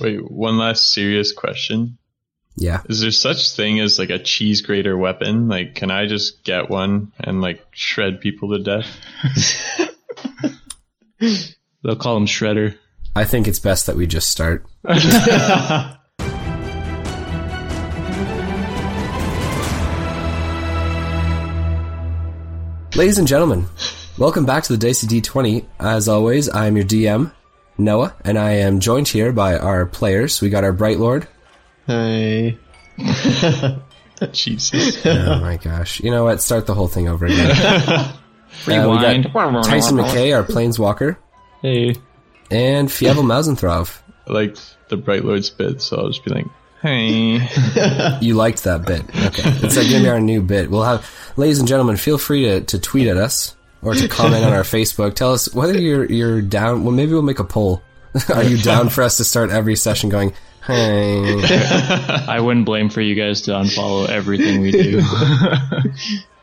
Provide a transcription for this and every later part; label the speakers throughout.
Speaker 1: Wait, one last serious question.
Speaker 2: Yeah.
Speaker 1: Is there such thing as like a cheese grater weapon? Like, can I just get one and like shred people to death?
Speaker 3: They'll call him Shredder.
Speaker 2: I think it's best that we just start. Ladies and gentlemen, welcome back to the Dicey D20. As always, I'm your DM, Noah, and I am joined here by our players. We got our Bright Lord.
Speaker 1: Hey. Jesus.
Speaker 2: Oh my gosh. You know what? Start the whole thing over again. Uh,
Speaker 3: Rewind.
Speaker 2: Tyson McKay, our Planeswalker,
Speaker 3: Hey.
Speaker 2: and Fievel Mausenthrov.
Speaker 1: I like the Bright Lord's bit, so I'll just be like, hey.
Speaker 2: You liked that bit. Okay. It's like gonna be our new bit. We'll have ladies and gentlemen, feel free to, to tweet at us or to comment on our Facebook. Tell us whether you're you're down well maybe we'll make a poll. Are you down for us to start every session going, Hey
Speaker 3: I wouldn't blame for you guys to unfollow everything we do.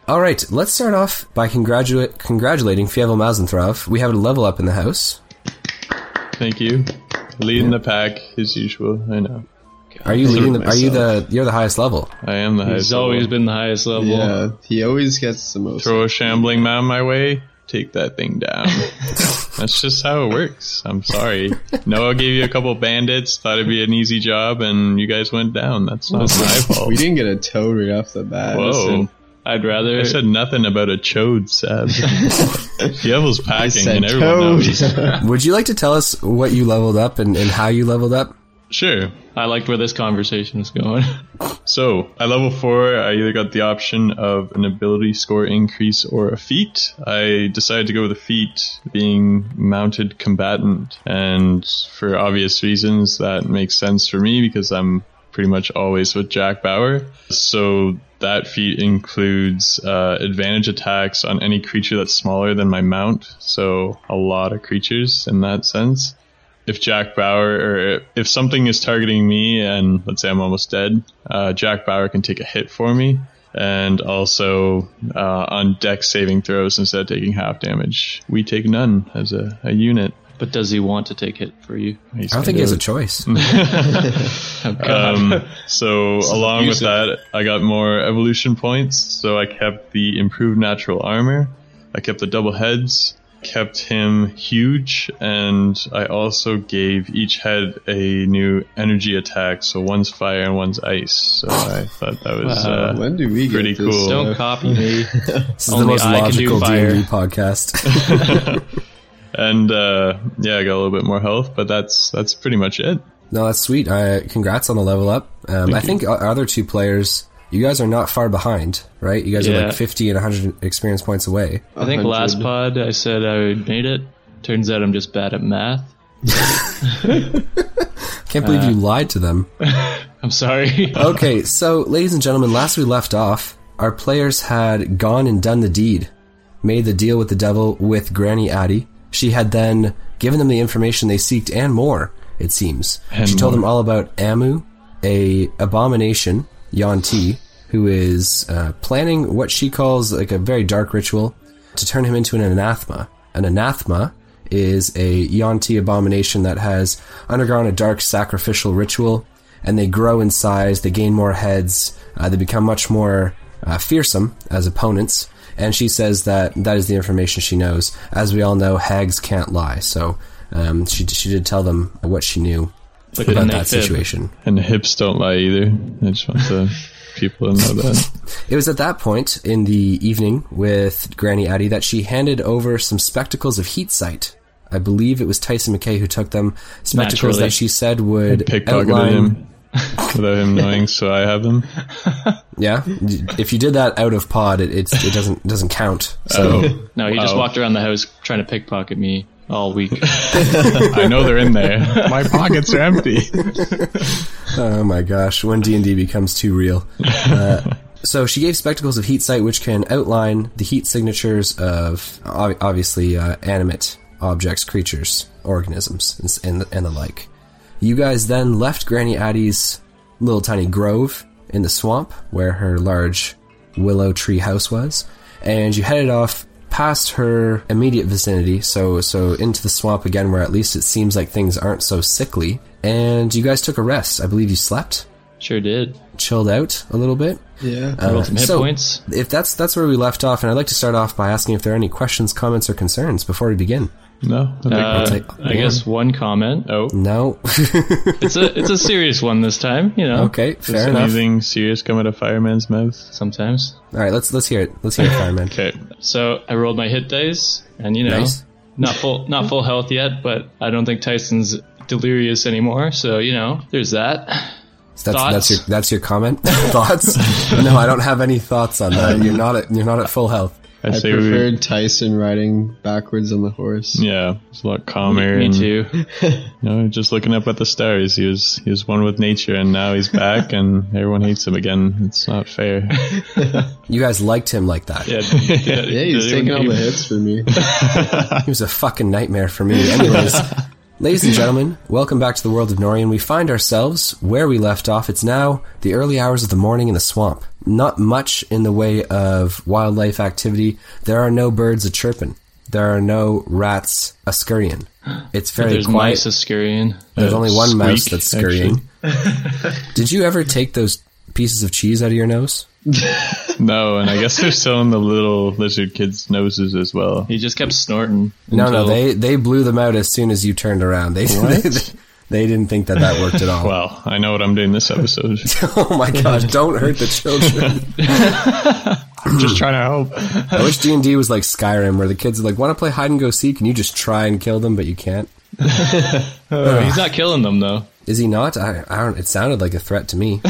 Speaker 2: Alright, let's start off by congratulate congratulating Fievel Mausenthrov. We have a level up in the house.
Speaker 1: Thank you. Leading the pack as usual. I know.
Speaker 2: Are you leading the, are you the you're the highest level?
Speaker 1: I am the highest.
Speaker 3: He's always
Speaker 1: level.
Speaker 3: been the highest level.
Speaker 4: Yeah, he always gets the most.
Speaker 1: Throw a shambling man my way, take that thing down. That's just how it works. I'm sorry. Noah gave you a couple bandits, thought it'd be an easy job, and you guys went down. That's not my fault.
Speaker 4: We didn't get a toad right off the bat.
Speaker 1: Whoa.
Speaker 4: Listen,
Speaker 3: I'd rather.
Speaker 1: I said nothing about a chode, Seb. Yevel's packing,
Speaker 4: said
Speaker 1: and everyone knows.
Speaker 2: Would you like to tell us what you leveled up and, and how you leveled up?
Speaker 1: Sure.
Speaker 3: I liked where this conversation was going.
Speaker 1: So at level four, I either got the option of an ability score increase or a feat. I decided to go with a feat, being mounted combatant, and for obvious reasons, that makes sense for me because I'm pretty much always with Jack Bauer. So that feat includes uh, advantage attacks on any creature that's smaller than my mount. So a lot of creatures in that sense if Jack Bauer or if something is targeting me and let's say I'm almost dead, uh, Jack Bauer can take a hit for me and also uh, on deck saving throws instead of taking half damage. We take none as a, a unit.
Speaker 3: but does he want to take hit for you?
Speaker 2: I don't think he has a choice.
Speaker 1: Um, so along with that,
Speaker 3: abusive.
Speaker 1: I got more evolution points. So I kept the improved natural armor. I kept the double heads. Kept him huge, and I also gave each head a new energy attack. So one's fire and one's ice. So I thought that was
Speaker 3: Wow.
Speaker 1: uh,
Speaker 4: when do we get
Speaker 1: pretty
Speaker 4: this?
Speaker 1: cool.
Speaker 3: Don't copy me.
Speaker 2: This is the
Speaker 3: Only
Speaker 2: most
Speaker 3: I can do
Speaker 2: logical D
Speaker 3: fire.
Speaker 2: and D podcast.
Speaker 1: and uh, yeah, I got a little bit more health, but that's that's pretty much it.
Speaker 2: No, that's sweet. Uh, congrats on the level up. Um, I think our other two players, you guys are not far behind, right? You guys are
Speaker 3: Yeah.
Speaker 2: like 50 and 100 experience points away.
Speaker 3: I
Speaker 4: 100.
Speaker 3: think last pod I said I made it. Turns out I'm just bad at math.
Speaker 2: Can't believe you lied to them.
Speaker 3: I'm sorry.
Speaker 2: Okay, so, ladies and gentlemen, last we left off, our players had gone and done the deed, made the deal with the devil with Granny Addie. She had then given them the information they seeked and more, it seems. she told them all about Amu, a abomination, Yanti, who is uh, planning what she calls like a very dark ritual to turn him into an anathema. An anathema is a Yanti abomination that has undergone a dark sacrificial ritual, and they grow in size, they gain more heads, uh, they become much more uh, fearsome as opponents. And she says that that is the information she knows. As we all know, hags can't lie, so um, she, she did tell them what she knew
Speaker 3: But
Speaker 2: about
Speaker 3: then they
Speaker 2: that
Speaker 3: fib.
Speaker 2: situation.
Speaker 1: And the hips don't lie either. I just want the people to know that.
Speaker 2: It was at that point in the evening with Granny Addie that she handed over some spectacles of heat sight. I believe it was Tyson McKay who took them. Spectacles
Speaker 3: Naturally.
Speaker 2: that she said would
Speaker 1: pickpocketed
Speaker 2: outline.
Speaker 1: him without him knowing, so I have them.
Speaker 2: Yeah, if you did that out of pod, it it's, it doesn't doesn't count.
Speaker 1: So
Speaker 3: No, he just
Speaker 1: Wow.
Speaker 3: walked around the house trying to pickpocket me all week.
Speaker 1: I know they're in there. My pockets are empty.
Speaker 2: Oh my gosh, when D and D becomes too real. Uh, so she gave spectacles of heat sight, which can outline the heat signatures of ob- obviously uh, animate objects, creatures, organisms, and, s- and, the- and the like. You guys then left Granny Addie's little tiny grove in the swamp where her large willow tree house was, and you headed off past her immediate vicinity, so so into the swamp again, where at least it seems like things aren't so sickly And you guys took a rest. I believe you slept,
Speaker 3: Sure did.
Speaker 2: chilled out a little bit.
Speaker 4: Yeah.
Speaker 2: Uh,
Speaker 3: Some hit
Speaker 2: so
Speaker 3: points.
Speaker 2: if that's that's where we left off, and I'd like to start off by asking if there are any questions, comments, or concerns before we begin.
Speaker 1: No, I think
Speaker 3: Uh,
Speaker 1: that's-
Speaker 2: take
Speaker 3: I guess one comment.
Speaker 1: oh,
Speaker 2: No.
Speaker 3: It's a it's a serious one this time. You know.
Speaker 2: okay,
Speaker 1: does
Speaker 2: fair enough.
Speaker 1: anything serious come out of fireman's mouth?
Speaker 3: Sometimes.
Speaker 2: All right, let's let's hear it. Let's hear it, fireman.
Speaker 1: Okay,
Speaker 3: So I rolled my hit dice, and you know,
Speaker 2: Nice.
Speaker 3: not full not full health yet, but I don't think Tyson's delirious anymore. So you know, there's that.
Speaker 2: That's that's
Speaker 3: Thoughts?
Speaker 2: your that's your comment. thoughts? No, I don't have any thoughts on that. You're not at, you're not at full health.
Speaker 1: I,
Speaker 4: I
Speaker 1: say
Speaker 4: preferred Tyson riding backwards on the horse.
Speaker 1: we. Yeah, it's a lot calmer.
Speaker 3: Me
Speaker 1: and,
Speaker 3: too.
Speaker 1: You know, just looking up at the stars. He was he was one with nature, and now he's back, and everyone hates him again. It's not fair.
Speaker 2: You guys liked him like that.
Speaker 1: Yeah,
Speaker 4: Yeah, he's taking all the hits for me.
Speaker 2: He was a fucking nightmare for me. Anyways, ladies and gentlemen, welcome back to the world of Norian. We find ourselves where we left off. It's now the early hours of the morning in the swamp. Not much in the way of wildlife activity. There are no birds a chirping. There are no rats a scurrying. It's very
Speaker 3: There's
Speaker 2: quiet.
Speaker 3: mice Ascurian.
Speaker 2: There's only one
Speaker 1: Squeak,
Speaker 2: mouse that's scurrying. Did you ever take those pieces of cheese out of your nose?
Speaker 1: No, and I guess they're still in the little lizard kids' noses as well.
Speaker 3: He just kept snorting.
Speaker 2: No, no,
Speaker 3: until-
Speaker 2: they they blew them out as soon as you turned around. They they, they didn't think that that worked at all.
Speaker 1: Well, I know what I'm doing this episode.
Speaker 2: Oh my gosh, don't hurt the children.
Speaker 1: just trying to help.
Speaker 2: I wish D&D was like Skyrim where the kids are like want to play hide and go seek and you just try and kill them but you can't.
Speaker 3: Oh,
Speaker 2: uh,
Speaker 3: He's not killing them though.
Speaker 2: Is he not? I, I don't it sounded like a threat to me.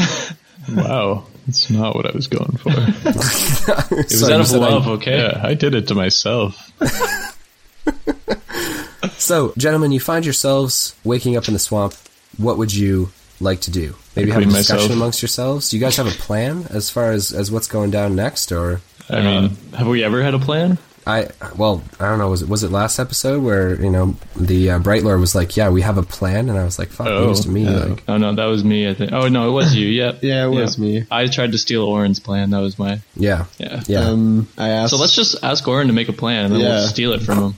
Speaker 1: Wow, that's not what I was going for.
Speaker 2: It
Speaker 3: He's out of love. okay.
Speaker 1: Yeah, I did it to myself.
Speaker 2: so, gentlemen, you find yourselves waking up in the swamp. What would you like to do? Maybe
Speaker 1: I
Speaker 2: have a
Speaker 1: clean
Speaker 2: discussion
Speaker 1: myself.
Speaker 2: amongst yourselves. Do you guys have a plan as far as as what's going down next or
Speaker 1: I mean,
Speaker 3: Have we ever had a plan?
Speaker 2: I well, I don't know. Was it was it last episode where you know the uh, Bright Lord was like, "Yeah, we have a plan," and I was like, "Fuck,
Speaker 1: Oh,
Speaker 2: news to me." Like,
Speaker 3: Oh no, that was me. I think. Oh no, it was you. Yep.
Speaker 4: Yeah, it was me.
Speaker 3: I tried to steal Oren's plan. That was my.
Speaker 2: yeah,
Speaker 3: Yeah.
Speaker 2: yeah.
Speaker 4: Um, I asked.
Speaker 3: So let's just ask Oren to make a plan, and then
Speaker 4: Yeah.
Speaker 3: we'll steal it from him.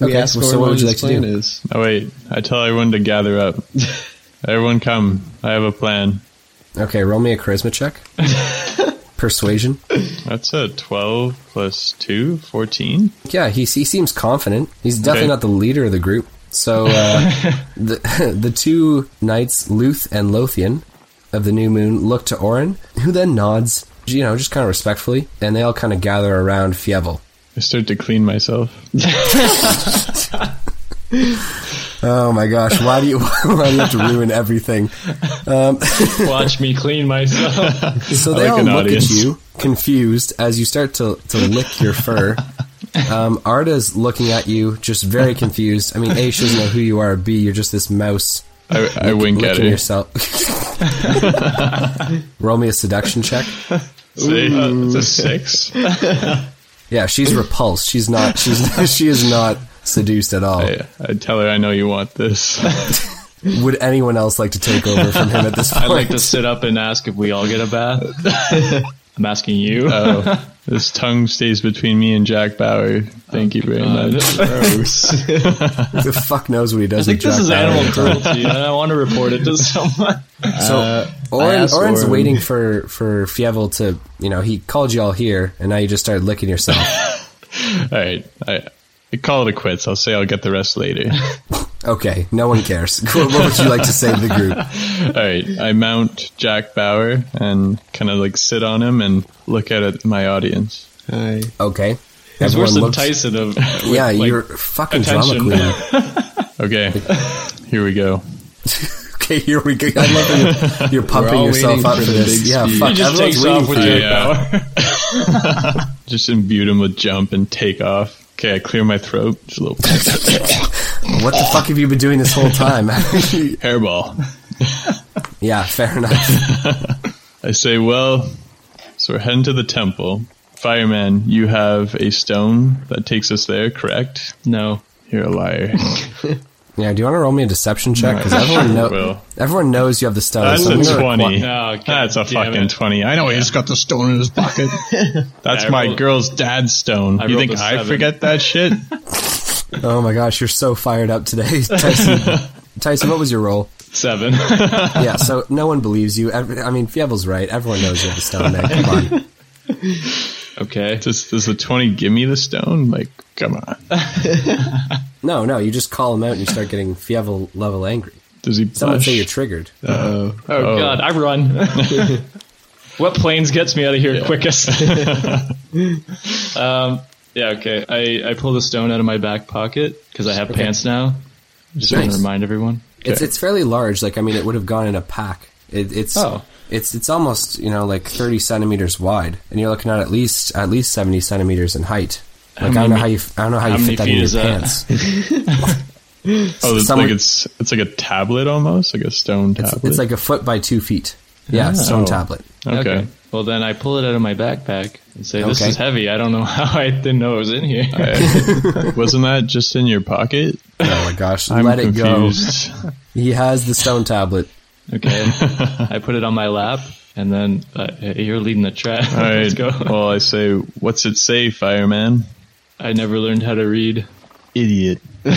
Speaker 4: we
Speaker 2: okay,
Speaker 4: asked
Speaker 2: well, so
Speaker 4: Gordon
Speaker 2: what
Speaker 4: what
Speaker 2: would you
Speaker 4: his
Speaker 2: like to
Speaker 4: plan
Speaker 2: do?
Speaker 4: is.
Speaker 1: oh wait, I tell everyone to gather up. everyone come. I have a plan.
Speaker 2: Okay, roll me a charisma check. Persuasion.
Speaker 1: That's a 12 plus 2, 14.
Speaker 2: Yeah, he he seems confident. He's definitely
Speaker 1: Okay.
Speaker 2: not the leader of the group. So uh, the the two knights, Luth and Lothian, of the New Moon, look to Orin, who then nods, you know, just kind of respectfully, and they all kind of gather around Fievel.
Speaker 1: I start to clean myself.
Speaker 2: Oh my gosh, why do you why do you have to ruin everything?
Speaker 3: Watch me clean myself.
Speaker 2: So they
Speaker 1: like
Speaker 2: all
Speaker 1: an
Speaker 2: look
Speaker 1: audience.
Speaker 2: at you confused as you start to, to lick your fur. Um, Arda's looking at you, just very confused. I mean, A, she doesn't know who you are. B, you're just this mouse
Speaker 1: I, I wink at
Speaker 2: licking
Speaker 1: her.
Speaker 2: yourself. Roll me a seduction check.
Speaker 1: Say, uh, it's a 6.
Speaker 2: Yeah, she's repulsed. She's not. She's she is not seduced at all.
Speaker 1: I, I tell her I know you want this.
Speaker 2: Would anyone else like to take over from him at this point?
Speaker 3: I'd like to sit up and ask if we all get a bath. I'm asking you.
Speaker 4: Uh,
Speaker 1: Oh, this tongue stays between me and Jack Bauer. Thank you very much.
Speaker 4: Gross.
Speaker 2: the fuck knows what he does.
Speaker 3: I think
Speaker 2: with
Speaker 3: this
Speaker 2: Jack
Speaker 3: is
Speaker 2: Bauer.
Speaker 3: animal cruelty, Uh, and I want to report it to someone.
Speaker 2: So
Speaker 4: I
Speaker 2: Oren,
Speaker 4: asked
Speaker 2: Oren's
Speaker 4: Oren.
Speaker 2: waiting for for Fievel to you know he called you all here and now you just started licking yourself.
Speaker 1: All right. I, I call it a quits. I'll say I'll get the rest later.
Speaker 2: okay, no one cares. what would you like to say to the group?
Speaker 1: All right. I mount Jack Bauer and kind of like sit on him and look out at my audience.
Speaker 4: Hi.
Speaker 2: Okay,
Speaker 3: It's
Speaker 2: Everyone
Speaker 3: worse than
Speaker 2: looks-
Speaker 3: Tyson. Of
Speaker 2: Yeah,
Speaker 3: like,
Speaker 2: you're fucking
Speaker 3: attention.
Speaker 2: drama queen.
Speaker 1: Okay. Here we go.
Speaker 2: Okay, here we go. I love that you're, you're pumping
Speaker 4: all
Speaker 2: yourself
Speaker 4: waiting
Speaker 2: up
Speaker 4: for
Speaker 2: for
Speaker 4: the
Speaker 2: this.
Speaker 4: big
Speaker 2: Yeah,
Speaker 4: speech.
Speaker 2: fuck.
Speaker 3: he just
Speaker 2: everyone's
Speaker 3: takes
Speaker 2: waiting
Speaker 3: off with
Speaker 2: for
Speaker 1: you.
Speaker 3: Jack
Speaker 1: Yeah.
Speaker 3: Bauer.
Speaker 1: Just imbued him with jump and take off. Okay, I clear my throat. Just a little uh,
Speaker 2: you. What the fuck have you been doing this whole time?
Speaker 1: hairball.
Speaker 2: yeah, fair enough.
Speaker 1: I say, well, so we're heading to the temple. Fireman, you have a stone that takes us there, correct?
Speaker 3: No,
Speaker 1: You're a liar.
Speaker 2: Yeah, do you want to roll me a deception check? Because
Speaker 1: Sure
Speaker 2: everyone, know,
Speaker 1: will.
Speaker 2: everyone knows you have the stone.
Speaker 1: That's
Speaker 2: so I'm
Speaker 1: a
Speaker 2: gonna-
Speaker 1: 20.
Speaker 3: Oh, God
Speaker 1: That's a
Speaker 3: damn
Speaker 1: fucking
Speaker 3: it.
Speaker 1: 20. I know he's got the stone in his pocket. That's
Speaker 3: I
Speaker 1: my
Speaker 3: rolled-
Speaker 1: girl's dad's stone. you
Speaker 3: rolled
Speaker 1: think
Speaker 3: a
Speaker 1: I
Speaker 3: seven.
Speaker 1: forget that shit?
Speaker 2: Oh my gosh, you're so fired up today, Tyson. Tyson, what was your roll?
Speaker 3: Seven.
Speaker 2: yeah, so no one believes you. Every, I mean, Fievel's right. Everyone knows you have the stone man. Come on.
Speaker 3: okay.
Speaker 1: Does, does the 20 give me the stone? Like, come on.
Speaker 2: No, no, you just call him out and you start getting Fievel level angry.
Speaker 1: Does he
Speaker 2: Some would say you're
Speaker 1: blush?
Speaker 2: triggered.
Speaker 3: Oh, God, I run. what planes gets me out of here quickest? um, yeah, okay. I, I pull the stone out of my back pocket because I have pants now. Just want
Speaker 2: Nice.
Speaker 3: to remind everyone.
Speaker 2: It's it's fairly large. Like I mean, it would have gone in a pack. It, it's
Speaker 3: Oh.
Speaker 2: it's it's almost you know like thirty centimeters wide, and you're looking at at least at least seventy centimeters in height. Like I don't know how you I don't know how, you
Speaker 3: many
Speaker 2: fit that
Speaker 3: feet
Speaker 2: in your
Speaker 3: is that?
Speaker 2: pants.
Speaker 1: Oh, it's
Speaker 2: someone-
Speaker 1: like it's it's like a tablet almost, like a stone
Speaker 2: It's,
Speaker 1: tablet.
Speaker 2: it's like a foot by two feet. Yeah, stone tablet.
Speaker 1: okay.
Speaker 3: Well, then I pull it out of my backpack and say, "This
Speaker 2: Okay.
Speaker 3: is heavy. I don't know how I didn't know it was in here."
Speaker 1: I- wasn't that just in your pocket?
Speaker 2: Oh my gosh,
Speaker 1: I'm
Speaker 2: let it go.
Speaker 1: confused.
Speaker 2: He has the stone tablet.
Speaker 3: Okay. I put it on my lap, and then uh, you're leading the track.
Speaker 1: All right.
Speaker 3: Let's go.
Speaker 1: Well, I say, what's it say, fireman?
Speaker 3: I never learned how to read.
Speaker 1: Idiot.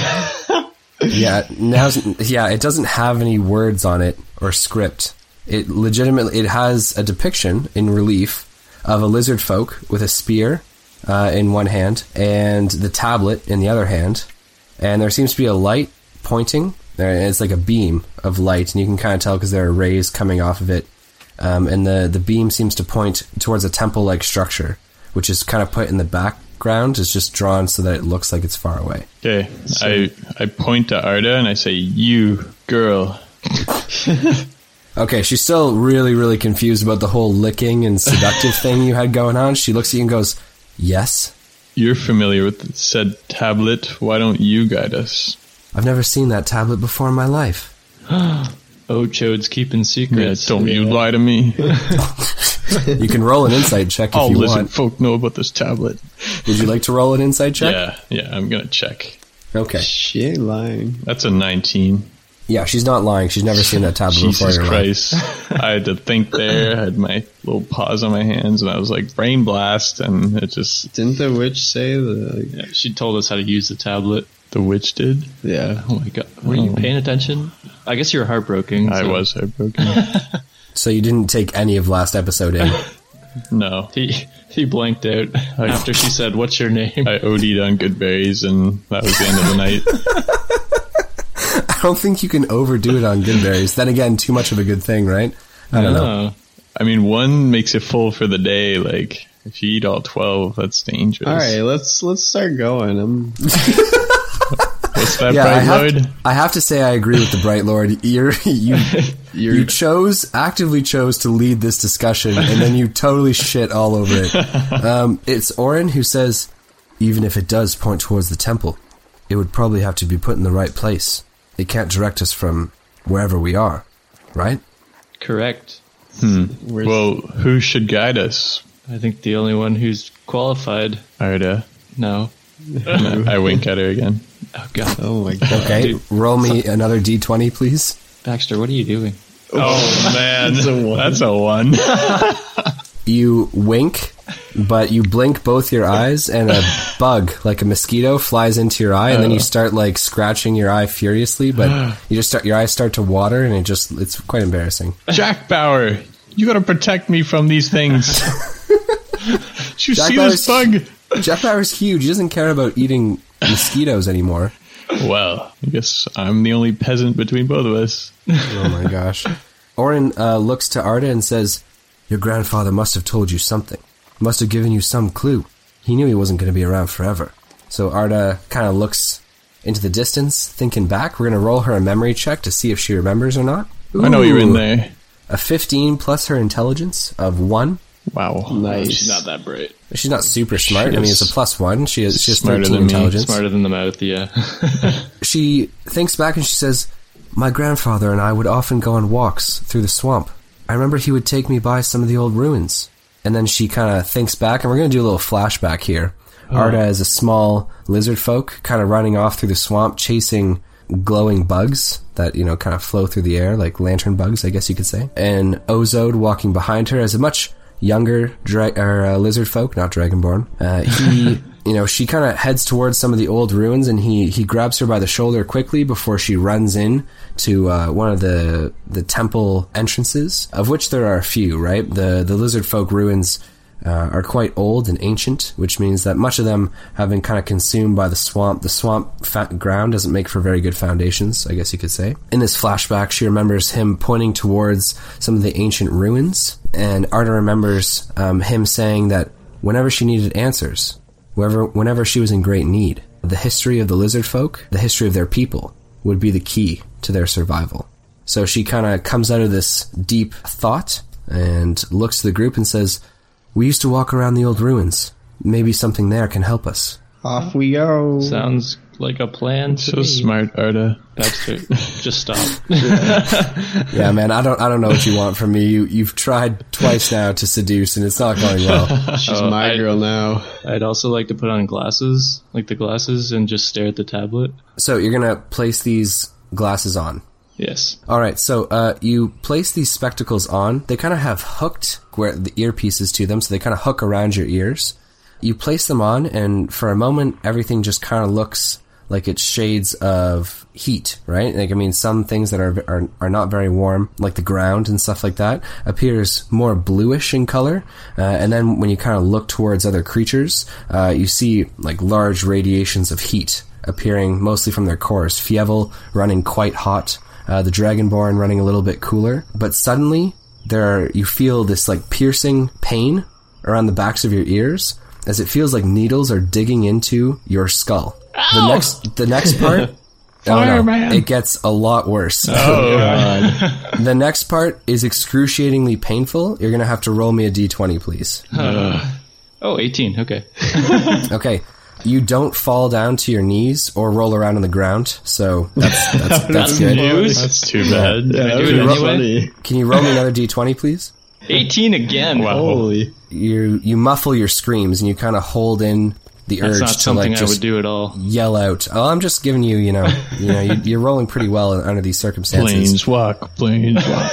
Speaker 2: Yeah, now yeah, it doesn't have any words on it or script. It legitimately it has a depiction in relief of a lizard folk with a spear uh, in one hand and the tablet in the other hand, and there seems to be a light pointing there. And it's like a beam of light, and you can kind of tell because there are rays coming off of it, um, and the the beam seems to point towards a temple like structure, which is kind of put in the background. It's just drawn so that it looks like it's far away.
Speaker 1: Okay. I I point to Arda and I say, you girl.
Speaker 2: Okay, she's still really, really confused about the whole licking and seductive thing you had going on. She looks at you and goes, Yes.
Speaker 1: You're familiar with said tablet. Why don't you guide us?
Speaker 2: I've never seen that tablet before in my life.
Speaker 3: Oh, Chode's keeping
Speaker 1: Yeah,
Speaker 3: secrets.
Speaker 1: don't you lie to me.
Speaker 2: You can roll an insight check if
Speaker 1: All
Speaker 2: you
Speaker 1: lizard
Speaker 2: want.
Speaker 1: folk know about this tablet.
Speaker 2: Would you like to roll an insight check?
Speaker 1: Yeah, yeah, I'm gonna check.
Speaker 2: Okay.
Speaker 4: She ain't lying.
Speaker 1: That's a 19.
Speaker 2: Yeah, she's not lying. She's never seen that tablet before.
Speaker 1: Jesus
Speaker 2: in her life.
Speaker 1: Christ. I had to think there. I had my little paws on my hands and I was like brain blast and it just,
Speaker 4: Didn't the witch say the?
Speaker 3: Yeah, she told us how to use the tablet.
Speaker 1: the witch did.
Speaker 4: Yeah.
Speaker 3: Oh my god. Were you paying attention? I guess you were heartbroken.
Speaker 1: I
Speaker 3: so-
Speaker 1: was heartbroken.
Speaker 2: So you didn't take any of last episode in.
Speaker 1: no.
Speaker 3: He he blanked out after she said, "What's your name?"
Speaker 1: I OD'd on good berries and that was the end of the night.
Speaker 2: I don't think you can overdo it on good berries. Then again, too much of a good thing, right? I don't know.
Speaker 3: Oh,
Speaker 1: I mean, one makes you full for the day. Like, if you eat all 12, that's dangerous.
Speaker 4: All right, let's let's start going. I'm
Speaker 1: What's that,
Speaker 2: Yeah, I
Speaker 1: Bright
Speaker 2: have,
Speaker 1: Lord?
Speaker 2: I have to say I agree with the Bright Lord. You're, you
Speaker 4: you're
Speaker 2: You chose actively chose to lead this discussion, and then you totally shit all over it. Um, it's Orin who says, even if it does point towards the temple, it would probably have to be put in the right place. It can't direct us from wherever we are, right?
Speaker 3: correct.
Speaker 4: we're,
Speaker 1: Well, who should guide us,
Speaker 3: I think the only one who's qualified.
Speaker 1: Arda?
Speaker 3: No.
Speaker 1: I wink at her again.
Speaker 3: Oh god.
Speaker 4: oh my god.
Speaker 2: Okay, roll me another d20, please.
Speaker 3: Baxter, what are you doing?
Speaker 1: Oh, man. That's a one.
Speaker 2: You wink, but you blink both your eyes, and a bug, like a mosquito, flies into your eye, and then you start like scratching your eye furiously. But you just start your eyes start to water, and it just it's quite embarrassing.
Speaker 1: Jack Bauer, you gotta protect me from these things. Did you
Speaker 2: Jack
Speaker 1: see this
Speaker 2: Bauer's-
Speaker 1: bug?
Speaker 2: Jack Bauer's huge. He doesn't care about eating mosquitoes anymore.
Speaker 1: Well, I guess I'm the only peasant between both of us.
Speaker 2: Oh my gosh. Orin uh, looks to Arda and says, Your grandfather must have told you something. Must have given you some clue. He knew he wasn't going to be around forever. So Arda kind of looks into the distance, thinking back. We're going to roll her a memory check to see if she remembers or not.
Speaker 1: I know you're in
Speaker 2: Ooh,
Speaker 1: there.
Speaker 2: A 15 plus her intelligence of 1.
Speaker 1: Wow.
Speaker 4: Nice.
Speaker 3: She's not that bright.
Speaker 2: She's not super smart. I
Speaker 1: She
Speaker 2: mean, it's
Speaker 1: is
Speaker 2: a plus 1. She is, she has
Speaker 1: smarter
Speaker 2: 13
Speaker 1: than me.
Speaker 2: intelligence.
Speaker 3: Smarter than the mouth, yeah.
Speaker 2: she thinks back and she says, My grandfather and I would often go on walks through the swamp. I remember he would take me by some of the old ruins. And then she kind of thinks back, and we're going to do a little flashback here. Arda is a small lizard folk, kind of running off through the swamp, chasing glowing bugs that, you know, kind of flow through the air, like lantern bugs, I guess you could say. And Ozode walking er, behind her as a much younger dra- or, uh, lizard folk, not dragonborn. Uh, he you know, she kind of heads towards some of the old ruins, and he he grabs her by the shoulder quickly before she runs in to uh, one of the the temple entrances, of which there are a few. Right, the the lizard folk ruins. Uh, are quite old and ancient, which means that much of them have been kind of consumed by the swamp. The swamp fa- ground doesn't make for very good foundations, I guess you could say. In this flashback, she remembers him pointing towards some of the ancient ruins, and Arda remembers um, him saying that whenever she needed answers, wherever, whenever she was in great need. The history of the lizard folk, the history of their people, would be the key to their survival. So she kind of comes out of this deep thought and looks to the group and says, We used to walk around the old ruins. Maybe something there can help us.
Speaker 4: Off we go.
Speaker 3: Sounds like a plan. To
Speaker 1: So
Speaker 3: me.
Speaker 1: smart, Arda.
Speaker 3: That's it. Just stop.
Speaker 2: Yeah, man, I don't, I don't know what you want from me. You, you've tried twice now to seduce, and it's not going well.
Speaker 4: She's my
Speaker 3: Uh, I-
Speaker 4: girl now.
Speaker 3: I'd also like to put on glasses, like the glasses, and just stare at the tablet.
Speaker 2: So you're gonna place these glasses on.
Speaker 3: Yes.
Speaker 2: All right, so uh, you place these spectacles on. They kind of have hooked where the earpieces to them, so they kind of hook around your ears. You place them on, and for a moment, everything just kind of looks like it's shades of heat, right? Like I mean, some things that are, are are not very warm, like the ground and stuff like that, appears more bluish in color. Uh, and then when you kind of look towards other creatures, uh, you see like large radiations of heat appearing mostly from their cores. Fievel running quite hot uh, the Dragonborn running a little bit cooler, but suddenly there are, you feel this like piercing pain around the backs of your ears as it feels like needles are digging into your skull. The next the next part oh, no,
Speaker 3: Fireman.
Speaker 2: it gets a lot worse. Oh, the next part is excruciatingly painful. You're going to have to roll me a d20 please.
Speaker 3: Oh, 18. Okay.
Speaker 2: Okay. You don't fall down to your knees or roll around on the ground, so that's that's, that's good.
Speaker 3: News.
Speaker 1: That's too bad.
Speaker 3: I
Speaker 4: That
Speaker 3: do
Speaker 4: was
Speaker 3: it anyway.
Speaker 4: funny.
Speaker 2: Can you roll me another d20 please?
Speaker 3: 18 again.
Speaker 1: Wow.
Speaker 4: Holy.
Speaker 2: you you muffle your screams and you kind of hold in the
Speaker 3: That's
Speaker 2: urge
Speaker 3: not
Speaker 2: to
Speaker 3: something
Speaker 2: like
Speaker 3: I would
Speaker 2: just
Speaker 3: do at all.
Speaker 2: yell out. Oh, I'm just giving you, you know, you know, you, you're rolling pretty well under these circumstances.
Speaker 1: Planes walk, planes walk.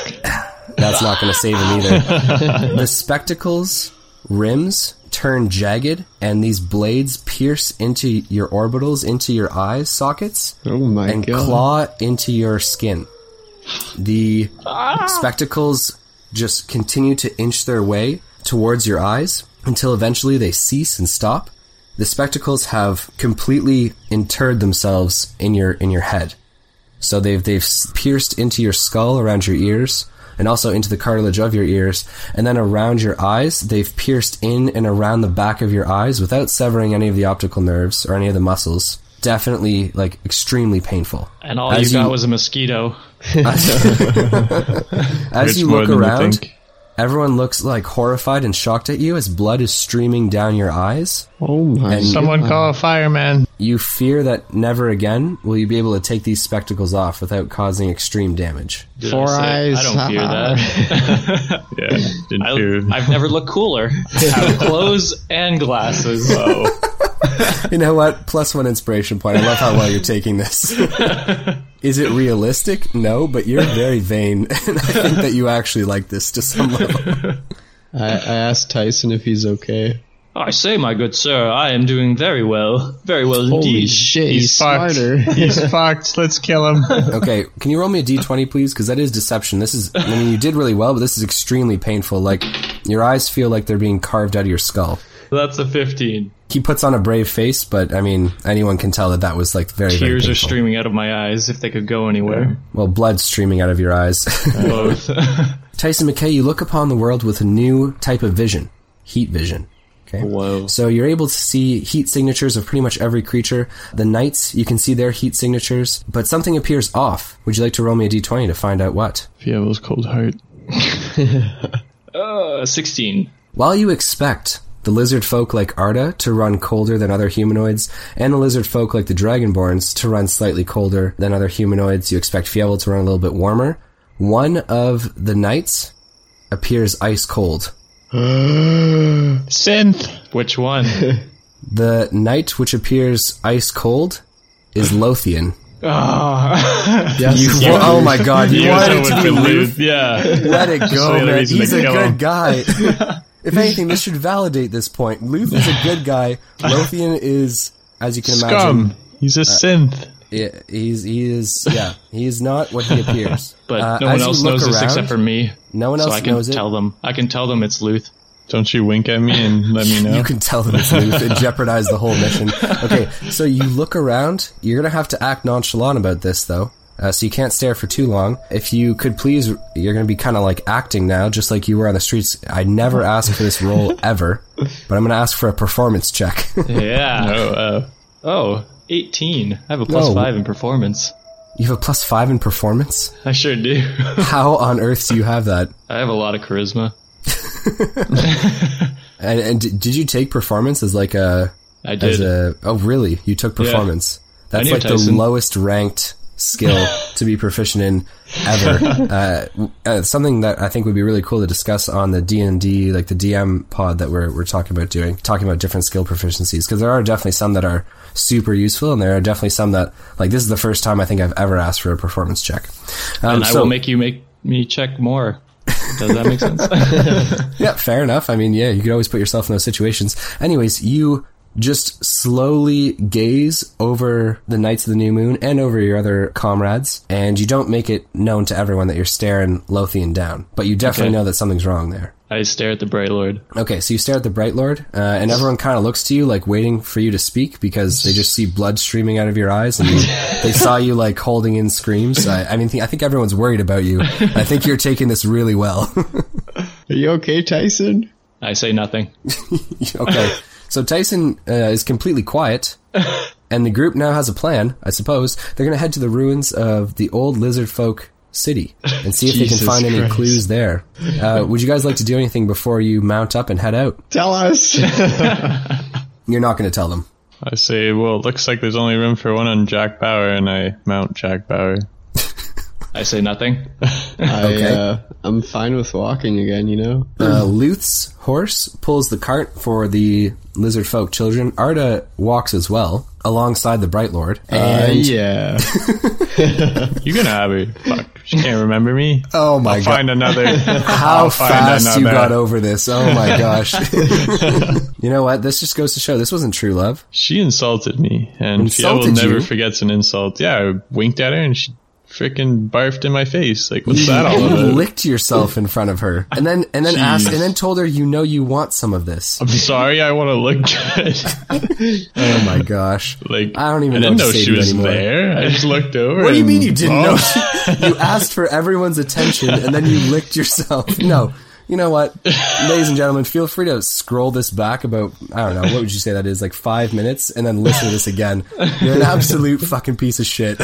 Speaker 2: That's not going to save him either. the spectacles rims turn jagged, and these blades pierce into your orbitals, into your eyes sockets,
Speaker 4: Oh my
Speaker 2: and
Speaker 4: god.
Speaker 2: claw into your skin. The spectacles just continue to inch their way towards your eyes until eventually they cease and stop. The spectacles have completely interred themselves in your in your head. So they've they've s- pierced into your skull around your ears and also into the cartilage of your ears and then around your eyes they've pierced in and around the back of your eyes without severing any of the optical nerves or any of the muscles. Definitely like extremely painful.
Speaker 3: And all
Speaker 2: As
Speaker 3: you got
Speaker 2: you-
Speaker 3: was a mosquito.
Speaker 2: As
Speaker 1: It's
Speaker 2: you
Speaker 1: more
Speaker 2: look
Speaker 1: than you
Speaker 2: around,
Speaker 1: think.
Speaker 2: everyone looks like horrified and shocked at you as blood is streaming down your eyes.
Speaker 4: Oh my.
Speaker 2: And-
Speaker 1: Someone call a fireman.
Speaker 2: You fear that never again will you be able to take these spectacles off without causing extreme damage.
Speaker 3: Did I
Speaker 4: Four
Speaker 3: say-
Speaker 4: eyes.
Speaker 3: I don't fear that.
Speaker 1: Yeah, didn't hear.
Speaker 3: I, I've never looked cooler. Have clothes and glasses. Oh,
Speaker 2: You know what? Plus one inspiration point. I love how well you're taking this. Is it realistic? No, but you're very vain, and I think that you actually like this to some level.
Speaker 4: I, I asked Tyson if he's okay.
Speaker 3: I say, my good sir, I am doing very well. Very well
Speaker 4: Holy
Speaker 3: indeed.
Speaker 4: shit, he's,
Speaker 1: fucked.
Speaker 4: smarter.
Speaker 1: He's fucked. Let's kill him.
Speaker 2: Okay, can you roll me a d20, please? Because that is deception. This is, I mean, you did really well, but this is extremely painful. Like, your eyes feel like they're being carved out of your skull.
Speaker 3: That's a 15.
Speaker 2: he puts on a brave face, but I mean, anyone can tell that that was like very very
Speaker 3: Tears are
Speaker 2: painful.
Speaker 3: streaming out of my eyes if they could go anywhere.
Speaker 2: Well, blood streaming out of your eyes.
Speaker 3: Both. Uh,
Speaker 2: Tyson McKay, you look upon the world with a new type of vision, heat vision. Okay.
Speaker 3: Whoa.
Speaker 2: So you're able to see heat signatures of pretty much every creature. The knights, you can see their heat signatures, but something appears off. Would you like to roll me a d20 to find out what?
Speaker 1: Fievel's cold heart.
Speaker 3: Uh, 16.
Speaker 2: While you expect the lizard folk like Arda to run colder than other humanoids, and the lizard folk like the Dragonborns to run slightly colder than other humanoids, you expect Fievel to run a little bit warmer. One of the knights appears ice cold.
Speaker 1: Synth.
Speaker 3: Which one?
Speaker 2: The knight which appears ice cold is Lothian.
Speaker 4: Yes,
Speaker 2: You,
Speaker 4: he's
Speaker 2: oh my god, you
Speaker 1: You
Speaker 2: wanted
Speaker 1: know
Speaker 2: to
Speaker 1: what
Speaker 2: be
Speaker 1: to lose. Yeah.
Speaker 2: Let it
Speaker 1: the
Speaker 2: go,
Speaker 1: other
Speaker 2: man.
Speaker 1: reason
Speaker 2: He's
Speaker 1: to
Speaker 2: a
Speaker 1: kill
Speaker 2: good
Speaker 1: him.
Speaker 2: guy. If anything, this should validate this point. Luther's a good guy. Lothian is, as you can imagine,
Speaker 1: Scum. He's a synth.
Speaker 2: i- he's he is yeah he is not what he appears.
Speaker 3: But
Speaker 2: Uh,
Speaker 3: no one
Speaker 2: as you
Speaker 3: else
Speaker 2: look
Speaker 3: knows this
Speaker 2: around-
Speaker 3: except for me.
Speaker 2: no one
Speaker 3: so
Speaker 2: else
Speaker 3: I can
Speaker 2: knows it.
Speaker 3: tell them. I can tell them it's Luth.
Speaker 1: Don't you wink at me and let me know?
Speaker 2: You can tell that it's loose and jeopardize the whole mission. Okay, so you look around. You're gonna have to act nonchalant about this, though. Uh, so you can't stare for too long. If you could please, you're gonna be kind of like acting now, just like you were on the streets. I never ask for this role ever, but I'm gonna ask for a performance check.
Speaker 3: Yeah.
Speaker 1: oh, uh,
Speaker 3: Oh, 18. I have a plus
Speaker 2: Whoa.
Speaker 3: five in performance.
Speaker 2: you have a plus five in performance.
Speaker 3: I sure do.
Speaker 2: How on earth do you have that?
Speaker 3: I have a lot of charisma.
Speaker 2: And, and d- did you take performance as like a
Speaker 3: I
Speaker 2: as
Speaker 3: did.
Speaker 2: a? Oh, really? You took performance. That's
Speaker 3: knew
Speaker 2: like
Speaker 3: Tyson.
Speaker 2: the lowest ranked skill to be proficient in ever. uh, w- uh, something that I think would be really cool to discuss on the D and D, like the DM pod that we're we're talking about doing, talking about different skill proficiencies because there are definitely some that are super useful, and there are definitely some that like this is the first time I think I've ever asked for a performance check. Um,
Speaker 3: and I will make you make me check more. Does that make sense?
Speaker 2: Yeah, fair enough. I mean, yeah, you could always put yourself in those situations. Anyways, you just slowly gaze over the Knights of the New Moon and over your other comrades, and you don't make it known to everyone that you're staring Lothian down, but you definitely
Speaker 3: Okay.
Speaker 2: know that something's wrong there.
Speaker 3: I stare at the Bright Lord.
Speaker 2: Okay, so you stare at the Bright Lord, uh, and everyone kind of looks to you, like waiting for you to speak because they just see blood streaming out of your eyes, and they saw you like holding in screams. I, I mean, I think everyone's worried about you. I think you're taking this really well.
Speaker 4: Are you okay, Tyson?
Speaker 3: I say nothing.
Speaker 2: Okay. So Tyson uh, is completely quiet, and the group now has a plan, I suppose. They're going to head to the ruins of the old lizard folk city and see if they can
Speaker 4: Jesus
Speaker 2: find any
Speaker 4: Christ.
Speaker 2: clues there. Uh, would you guys like to do anything before you mount up and head out?
Speaker 4: Tell us.
Speaker 2: You're not going to tell them.
Speaker 1: I say, well, it looks like there's only room for one on Jack Bauer, and I mount Jack Bauer.
Speaker 3: I say nothing.
Speaker 4: I,
Speaker 2: Okay.
Speaker 4: uh, I'm fine with walking again, you know?
Speaker 2: Uh, Luth's horse pulls the cart for the lizard folk children. Arda walks as well alongside the Bright Lord.
Speaker 4: Uh,
Speaker 2: And
Speaker 4: yeah.
Speaker 1: You can have it. Fuck, she can't remember me.
Speaker 2: oh my
Speaker 1: I'll
Speaker 2: god,
Speaker 1: find another.
Speaker 2: how
Speaker 1: find
Speaker 2: fast you
Speaker 1: another.
Speaker 2: got over this. Oh my gosh. you know what? This just goes to show this wasn't true love.
Speaker 1: She insulted me, and
Speaker 2: Insulted
Speaker 1: Fiona never
Speaker 2: you?
Speaker 1: forgets an insult. Yeah, I winked at her, and she freaking barfed in my face. Like, what's that all
Speaker 2: you
Speaker 1: about?
Speaker 2: licked yourself in front of her and then and then asked and then told her you know you want some of this.
Speaker 1: I'm sorry, I want to look good.
Speaker 2: Oh my gosh.
Speaker 1: like,
Speaker 2: I don't even
Speaker 1: I didn't
Speaker 2: know
Speaker 1: know
Speaker 2: what to
Speaker 1: she
Speaker 2: say to you
Speaker 1: was
Speaker 2: anymore.
Speaker 1: there. I just looked over.
Speaker 2: What do you
Speaker 1: and-
Speaker 2: mean you didn't
Speaker 1: Oh.
Speaker 2: know? you asked for everyone's attention and then you licked yourself. No. You know what? Ladies and gentlemen, feel free to scroll this back about I don't know, what would you say that is like 5 minutes and then listen to this again. You're an absolute fucking piece of shit.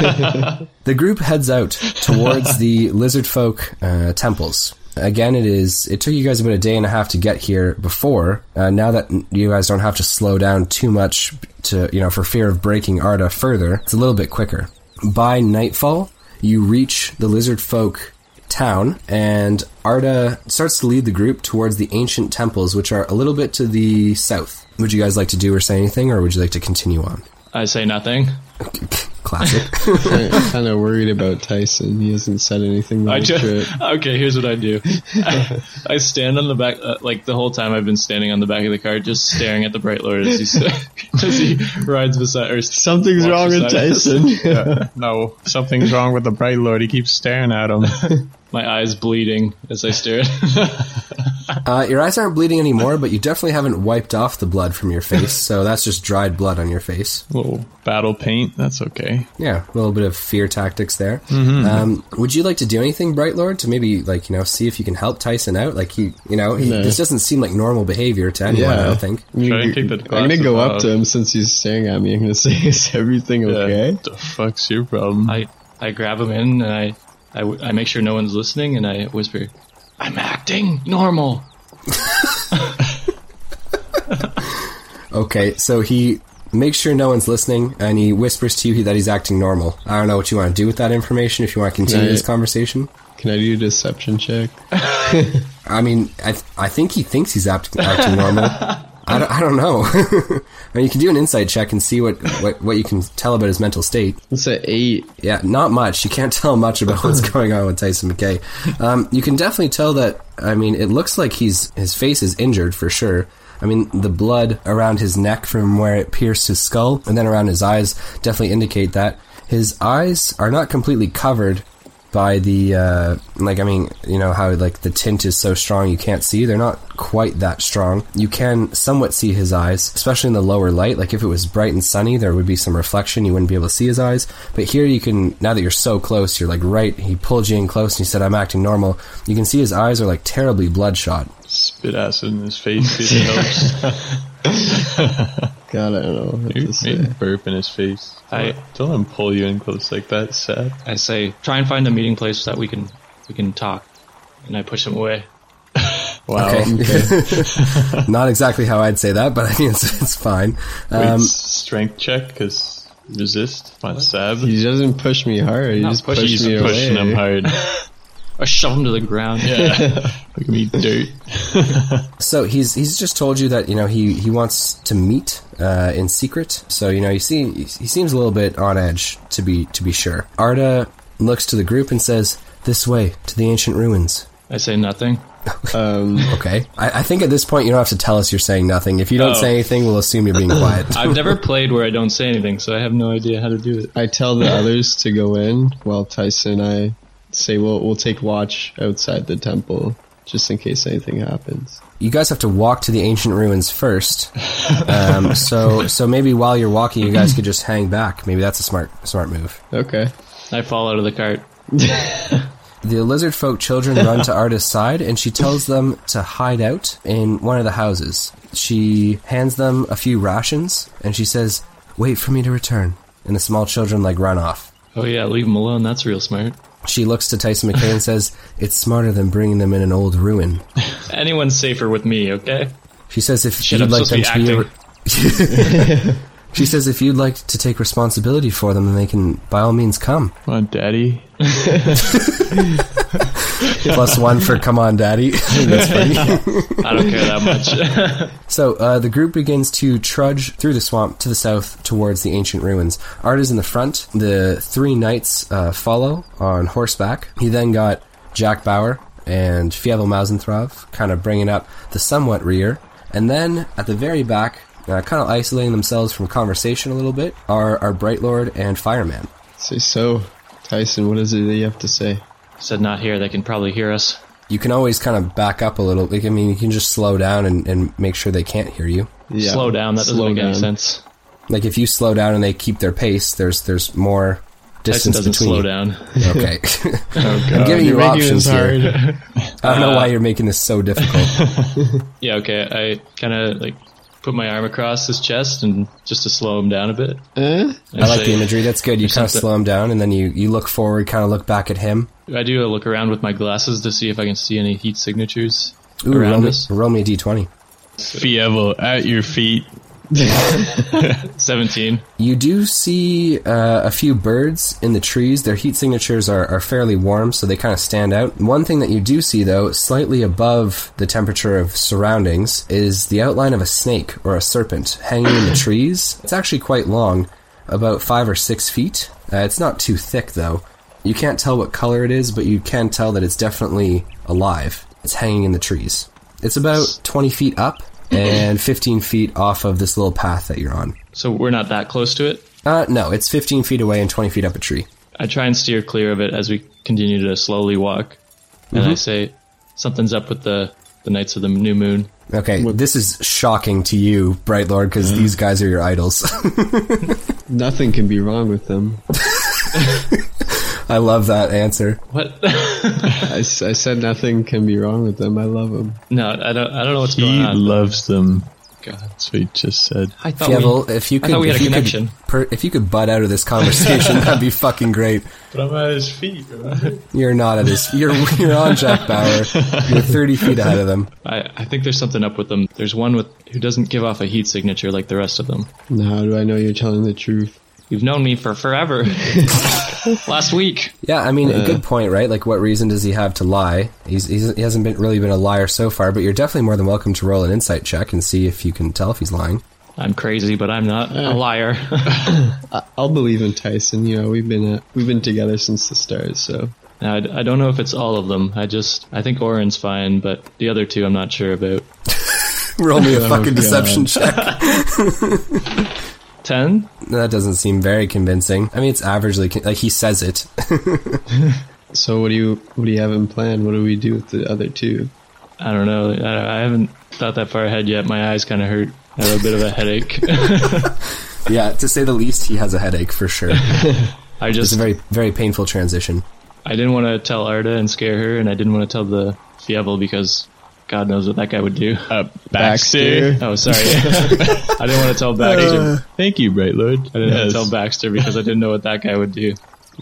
Speaker 2: The group heads out towards the lizard folk uh, temples. Again, it is. It took you guys about a day and a half to get here before. Uh, now that you guys don't have to slow down too much to, you know, for fear of breaking Arda further, it's a little bit quicker. By nightfall, you reach the lizard folk town, and Arda starts to lead the group towards the ancient temples, which are a little bit to the south. Would you guys like to do or say anything, or would you like to continue on?
Speaker 3: I say nothing.
Speaker 2: Classic.
Speaker 4: I'm kind of worried about Tyson. He hasn't said anything the
Speaker 3: I
Speaker 4: whole
Speaker 3: just,
Speaker 4: trip.
Speaker 3: okay, here's what I do. I, I stand on the back, uh, like the whole time I've been standing on the back of the car, just staring at the Bright Lord as he, as he rides beside or
Speaker 4: Something's
Speaker 3: walks
Speaker 4: wrong with
Speaker 3: beside us.
Speaker 4: Tyson.
Speaker 1: No, something's wrong with the bright lord. He keeps staring at him.
Speaker 3: My eyes bleeding as I stare at him.
Speaker 2: Uh, your eyes aren't bleeding anymore, but you definitely haven't wiped off the blood from your face, so that's just dried blood on your face.
Speaker 1: Little battle paint. That's okay.
Speaker 2: Yeah, a little bit of fear tactics there.
Speaker 4: Mm-hmm.
Speaker 2: Um, would you like to do anything, Bright Lord, to maybe like you know see if you can help Tyson out? Like he, you know, he,
Speaker 4: No.
Speaker 2: this doesn't seem like normal behavior to anyone. I
Speaker 4: Yeah.
Speaker 2: don't think.
Speaker 4: I'm
Speaker 1: Try and
Speaker 4: gonna,
Speaker 1: take the
Speaker 4: I'm gonna
Speaker 1: glasses
Speaker 4: go
Speaker 1: off.
Speaker 4: up to him since he's staring at me. I'm gonna say, "Is everything
Speaker 1: Yeah,
Speaker 4: okay?"
Speaker 1: What the fuck's your problem?
Speaker 3: I, I grab him in and I, I, w- I make sure no one's listening and I whisper, I'm acting normal.
Speaker 2: Okay, so he makes sure no one's listening, and he whispers to you that he's acting normal. I don't know what you want to do with that information. If you want to continue
Speaker 4: Right.
Speaker 2: this conversation,
Speaker 4: Can I do a deception check?
Speaker 2: I mean, I, th- I think he thinks he's act- acting normal. I don't, I don't know. I mean, you can do an insight check and see what, what, what you can tell about his mental state.
Speaker 4: It's an eight.
Speaker 2: Yeah, not much. You can't tell much about what's going on with Tyson McKay. Um, you can definitely tell that. I mean, it looks like he's his face is injured for sure. I mean, the blood around his neck from where it pierced his skull, and then around his eyes, definitely indicate that his eyes are not completely covered by the uh, like. I mean, you know how like the tint is so strong you can't see. They're not quite that strong. You can somewhat see his eyes, especially in the lower light. Like if it was bright and sunny, there would be some reflection. You wouldn't be able to see his eyes. But here you can, now that you're so close, you're like right, he pulled you in close and he said, I'm acting normal. You can see his eyes are like terribly bloodshot.
Speaker 1: Spit acid in his face. see if it helps.
Speaker 4: God, I don't know what to
Speaker 1: Make
Speaker 4: say.
Speaker 1: him burp in his face. I don't let him pull you in close like that. It's sad.
Speaker 3: I say, try and find a meeting place that we can we can talk. And I push him away.
Speaker 1: Wow.
Speaker 2: Not exactly how I'd say that, but I think it's, it's fine.
Speaker 1: Wait,
Speaker 2: Um,
Speaker 1: strength check because resist, not sab.
Speaker 4: He doesn't push me hard. He
Speaker 3: Not
Speaker 4: just
Speaker 3: pushing,
Speaker 4: pushes
Speaker 1: He's
Speaker 4: me away.
Speaker 1: pushing him hard.
Speaker 3: I shove him to the ground.
Speaker 1: Yeah, look at me, dirt.
Speaker 2: So he's he's just told you that you know he he wants to meet uh, in secret. So you know you see he seems a little bit on edge to be to be sure. Arda looks to the group and says, "This way to the ancient ruins."
Speaker 3: I say nothing.
Speaker 4: Um,
Speaker 2: Okay, I, I think at this point you don't have to tell us you're saying nothing. If you don't
Speaker 3: Oh.
Speaker 2: say anything, we'll assume you're being quiet.
Speaker 3: I've never played where I don't say anything, so I have no idea how to do it.
Speaker 4: I tell the others to go in while Tyson and I say we'll we'll take watch outside the temple just in case anything happens.
Speaker 2: you guys have to walk to the ancient ruins first. Um, so so maybe while you're walking, you guys could just hang back. Maybe that's a smart smart move.
Speaker 4: Okay.
Speaker 3: I fall out of the cart.
Speaker 2: The lizard folk children run to Arda's side, and she tells them to hide out in one of the houses. She hands them a few rations, and she says, "Wait for me to return." And the small children like run off.
Speaker 3: Oh yeah, leave him alone. That's real smart.
Speaker 2: She looks to Tyson McKay and says, "It's smarter than bringing them in an old ruin."
Speaker 3: Anyone's safer with me, okay?
Speaker 2: She says, "If
Speaker 3: Shit,
Speaker 2: you'd
Speaker 3: I'm
Speaker 2: like them to
Speaker 3: supposed to be
Speaker 2: be."
Speaker 3: acting.
Speaker 2: Re- she says, "If you'd like to take responsibility for them, then they can, by all means, come."
Speaker 1: Come on, daddy.
Speaker 2: Plus one for "Come on, Daddy." That's funny.
Speaker 3: I don't care that much.
Speaker 2: So uh, the group begins to trudge through the swamp to the south towards the ancient ruins. Art is in the front. The three knights uh, follow on horseback. He then got Jack Bauer and Fievel Mausenthrov kind of bringing up the somewhat rear. And then at the very back, uh, kind of isolating themselves from conversation a little bit, are our Bright Lord and Fireman.
Speaker 4: Say so, Tyson. What is it that you have to say?
Speaker 3: Said not here. They can probably hear us.
Speaker 2: You can always kind of back up a little. Like, I mean, you can just slow down and, and make sure they can't hear you.
Speaker 4: Yeah.
Speaker 3: Slow down. That doesn't
Speaker 4: slow
Speaker 3: make any
Speaker 4: down.
Speaker 3: sense.
Speaker 2: Like if you slow down and they keep their pace, there's there's more
Speaker 3: Tyson
Speaker 2: distance
Speaker 3: doesn't
Speaker 2: between.
Speaker 3: slow
Speaker 2: you.
Speaker 3: down. Oh,
Speaker 2: Okay. I'm giving you
Speaker 4: You're making
Speaker 2: options
Speaker 4: this
Speaker 2: here.
Speaker 4: hard.
Speaker 2: I don't know
Speaker 3: Uh,
Speaker 2: why you're making this so difficult.
Speaker 3: Yeah, okay. I kind of like put my arm across his chest and just to slow him down a bit.
Speaker 4: Eh?
Speaker 2: I like the imagery. That's good. You kind of
Speaker 3: something.
Speaker 2: slow him down, and then you, you look forward, kind of look back at him.
Speaker 3: I do a look around with my glasses to see if I can see any heat signatures
Speaker 2: Ooh, roll
Speaker 3: around
Speaker 2: me,
Speaker 3: us.
Speaker 2: roll me a d20.
Speaker 1: Fievel at your feet.
Speaker 3: Seventeen.
Speaker 2: You do see uh, a few birds in the trees. Their heat signatures are, are fairly warm, so they kind of stand out. One thing that you do see, though, slightly above the temperature of surroundings, is the outline of a snake or a serpent hanging in the trees. It's actually quite long, about five or six feet. Uh, it's not too thick, though. You can't tell what color it is, but you can tell that it's definitely alive. It's hanging in the trees. It's about 20 feet up and 15 feet off of this little path that you're on.
Speaker 3: So we're not that close to it.
Speaker 2: Uh, no, it's 15 feet away and 20 feet up a tree.
Speaker 3: I try and steer clear of it as we continue to slowly walk, and I say, "Something's up with the the Knights of the New Moon."
Speaker 2: Okay, this is shocking to you, Bright Lord, because these guys are your idols.
Speaker 4: Nothing can be wrong with them.
Speaker 2: I love that answer.
Speaker 3: What?
Speaker 4: I, s- I said nothing can be wrong with them. I love them.
Speaker 3: no, I don't. I don't know what's going
Speaker 1: He
Speaker 3: on.
Speaker 1: loves them.
Speaker 3: God.
Speaker 1: That's what he just said.
Speaker 3: I thought
Speaker 2: Fievel,
Speaker 3: we,
Speaker 2: if you
Speaker 3: I
Speaker 2: could,
Speaker 3: thought we had
Speaker 2: if
Speaker 3: a
Speaker 2: you could
Speaker 3: connection.
Speaker 2: per- if you could butt out of this conversation, that'd be fucking great.
Speaker 1: But I'm at his feet.
Speaker 2: You're not at this. You're you're on Jack Bauer. You're 30 feet ahead of them.
Speaker 3: I, I think there's something up with them. There's one with who doesn't give off a heat signature like the rest of them.
Speaker 4: And how do I know you're telling the truth?
Speaker 3: You've known me for forever. Last week.
Speaker 2: Yeah, I mean, a good point, right? Like, what reason does he have to lie? He's, he's he hasn't been really been a liar so far, but you're definitely more than welcome to roll an insight check and see if you can tell if he's lying.
Speaker 3: I'm crazy, but I'm not a liar.
Speaker 4: I'll believe in Tyson. You know, we've been uh, we've been together since the start. So
Speaker 3: Now, I, I don't know if it's all of them. I just I think Oren's fine, but the other two I'm not sure about.
Speaker 2: Roll me a fucking
Speaker 4: God.
Speaker 2: deception check.
Speaker 3: Ten?
Speaker 2: That doesn't seem very convincing. I mean, it's averagely con- like he says it.
Speaker 4: so what do you what do you have in plan? What do we do with the other two?
Speaker 3: I don't know. I, I haven't thought that far ahead yet. My eyes kind of hurt. I have a bit of a headache.
Speaker 2: yeah, to say the least, he has a headache for sure.
Speaker 3: I
Speaker 2: It's
Speaker 3: just
Speaker 2: a very very painful transition.
Speaker 3: I didn't want to tell Arda and scare her, and I didn't want to tell the Fievel because God knows what that guy would do.
Speaker 1: Uh, Baxter.
Speaker 3: Oh, sorry. I didn't want to tell Baxter.
Speaker 1: Thank you, Bright Lord.
Speaker 3: I didn't want to tell Baxter because I didn't know what that guy would do.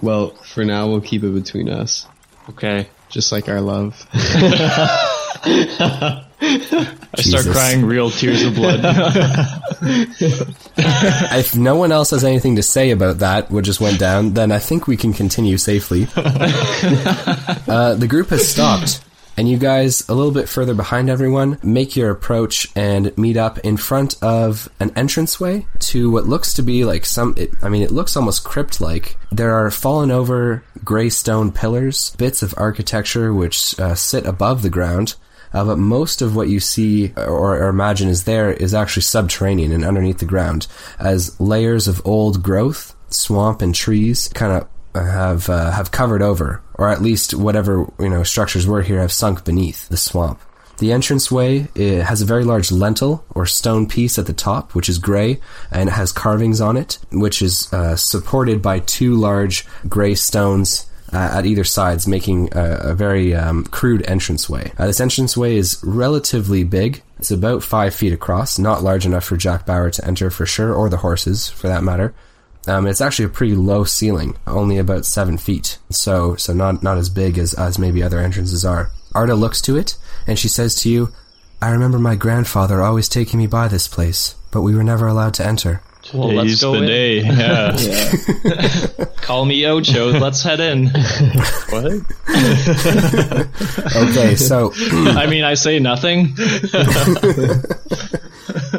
Speaker 4: Well, for now we'll keep it between us,
Speaker 3: Okay.
Speaker 4: just like our love.
Speaker 3: I start
Speaker 2: Jesus.
Speaker 3: crying real tears of blood.
Speaker 2: If no one else has anything to say about that, what just went down, then I think we can continue safely. uh, the group has stopped, and you guys, a little bit further behind everyone, make your approach and meet up in front of an entranceway to what looks to be like some. It, I mean, it looks almost crypt like. There are fallen over gray stone pillars, bits of architecture which uh, sit above the ground. Uh, but most of what you see or, or imagine is there is actually subterranean and underneath the ground, as layers of old growth, swamp, and trees kind of have uh, have covered over, or at least whatever you know structures were here have sunk beneath the swamp. The entranceway it has a very large lentil or stone piece at the top, which is gray, and it has carvings on it, which is uh, supported by two large gray stones uh, at either sides, making a, a very um, crude entranceway. Uh, this entranceway is relatively big. It's about five feet across, not large enough for Jack Bauer to enter for sure, or the horses for that matter. Um, it's actually a pretty low ceiling, only about seven feet. So, so not not as big as as maybe other entrances are. Arda looks to it, and she says to you, "I remember my grandfather always taking me by this place, but we were never allowed to enter."
Speaker 3: Well,
Speaker 1: Today's
Speaker 3: let's go
Speaker 1: the
Speaker 3: in.
Speaker 1: day. Yeah.
Speaker 3: Call me Ocho. Let's head in.
Speaker 1: What?
Speaker 2: Okay, so
Speaker 3: I mean, I say nothing.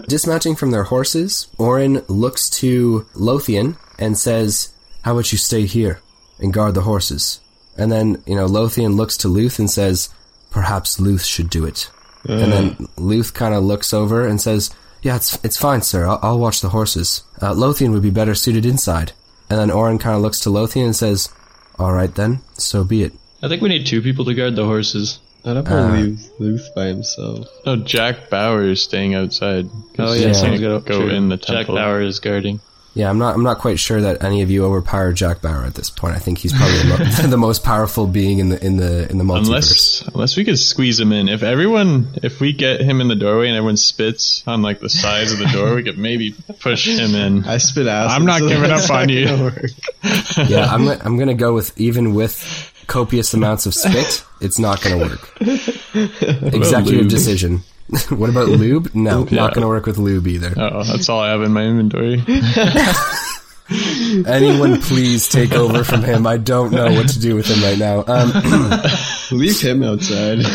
Speaker 2: Dismounting from their horses, Orin looks to Lothian and says, How about you stay here and guard the horses? And then, you know, Lothian looks to Luth and says, Perhaps Luth should do it. And then Luth kind of looks over and says, Yeah, it's, it's fine, sir. I'll, I'll watch the horses. Uh, Lothian would be better suited inside. And then Orin kind of looks to Lothian and says, All right then, so be it.
Speaker 3: I think we need two people to guard the horses.
Speaker 4: I don't
Speaker 1: Uh.
Speaker 4: want to leave Luth by himself.
Speaker 1: No, Jack Bauer is staying outside.
Speaker 3: Oh,
Speaker 1: 'cause he
Speaker 2: yeah.
Speaker 1: can't
Speaker 3: someone's
Speaker 1: go
Speaker 3: gotta- true.
Speaker 1: in the
Speaker 3: Jack
Speaker 1: temple.
Speaker 3: Bauer is guarding.
Speaker 2: Yeah, I'm not. I'm not quite sure that any of you overpower Jack Bauer at this point. I think he's probably the, mo- the most powerful being in the in the in the multiverse.
Speaker 1: Unless, unless we could squeeze him in. If everyone, if we get him in the doorway and everyone spits on like the sides of the door, we could maybe push him in.
Speaker 4: I spit acid.
Speaker 1: I'm not
Speaker 4: so
Speaker 1: giving
Speaker 4: that's
Speaker 1: up on
Speaker 4: not
Speaker 1: you.
Speaker 4: gonna work.
Speaker 2: yeah, I'm. gonna- I'm gonna go with even with copious amounts of spit, it's not gonna work. Executive
Speaker 1: lube?
Speaker 2: decision. what about lube? No,
Speaker 1: Yeah.
Speaker 2: not gonna work with lube either.
Speaker 1: Oh, that's all I have in my inventory.
Speaker 2: Anyone, please take over from him. I don't know what to do with him right now. Um,
Speaker 4: Leave him outside.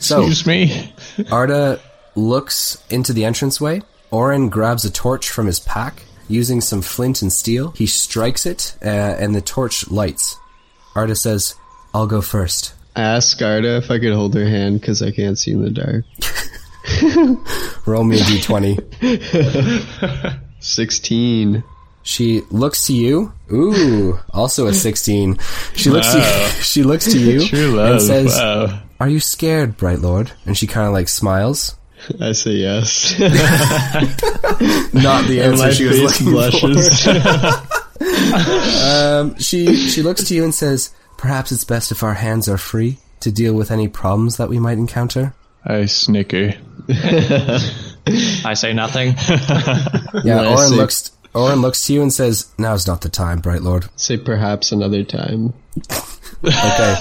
Speaker 2: so
Speaker 1: Excuse me.
Speaker 2: Arda looks into the entranceway. Oren grabs a torch from his pack. Using some flint and steel, he strikes it, uh, and the torch lights. Arda says, I'll go first.
Speaker 4: I asked Garda if I could hold her hand because I can't see in the dark.
Speaker 2: Roll me a d20.
Speaker 4: 16.
Speaker 2: She looks to you. Ooh, also a 16. She looks to you, she looks to you
Speaker 1: True love.
Speaker 2: and says,
Speaker 1: wow.
Speaker 2: "Are you scared, Bright Lord?" And she kind of like smiles.
Speaker 4: I say yes.
Speaker 2: Not the answer
Speaker 4: My
Speaker 2: she was
Speaker 4: face
Speaker 2: looking
Speaker 4: blushes.
Speaker 2: Um, she she looks to you and says, "Perhaps it's best if our hands are free to deal with any problems that we might encounter."
Speaker 1: I snicker.
Speaker 3: I say nothing.
Speaker 2: Yeah,
Speaker 4: Nice.
Speaker 2: Orin looks Orin looks to you and says, "Now's not the time, Bright Lord."
Speaker 4: say perhaps another time. Um,
Speaker 2: Okay.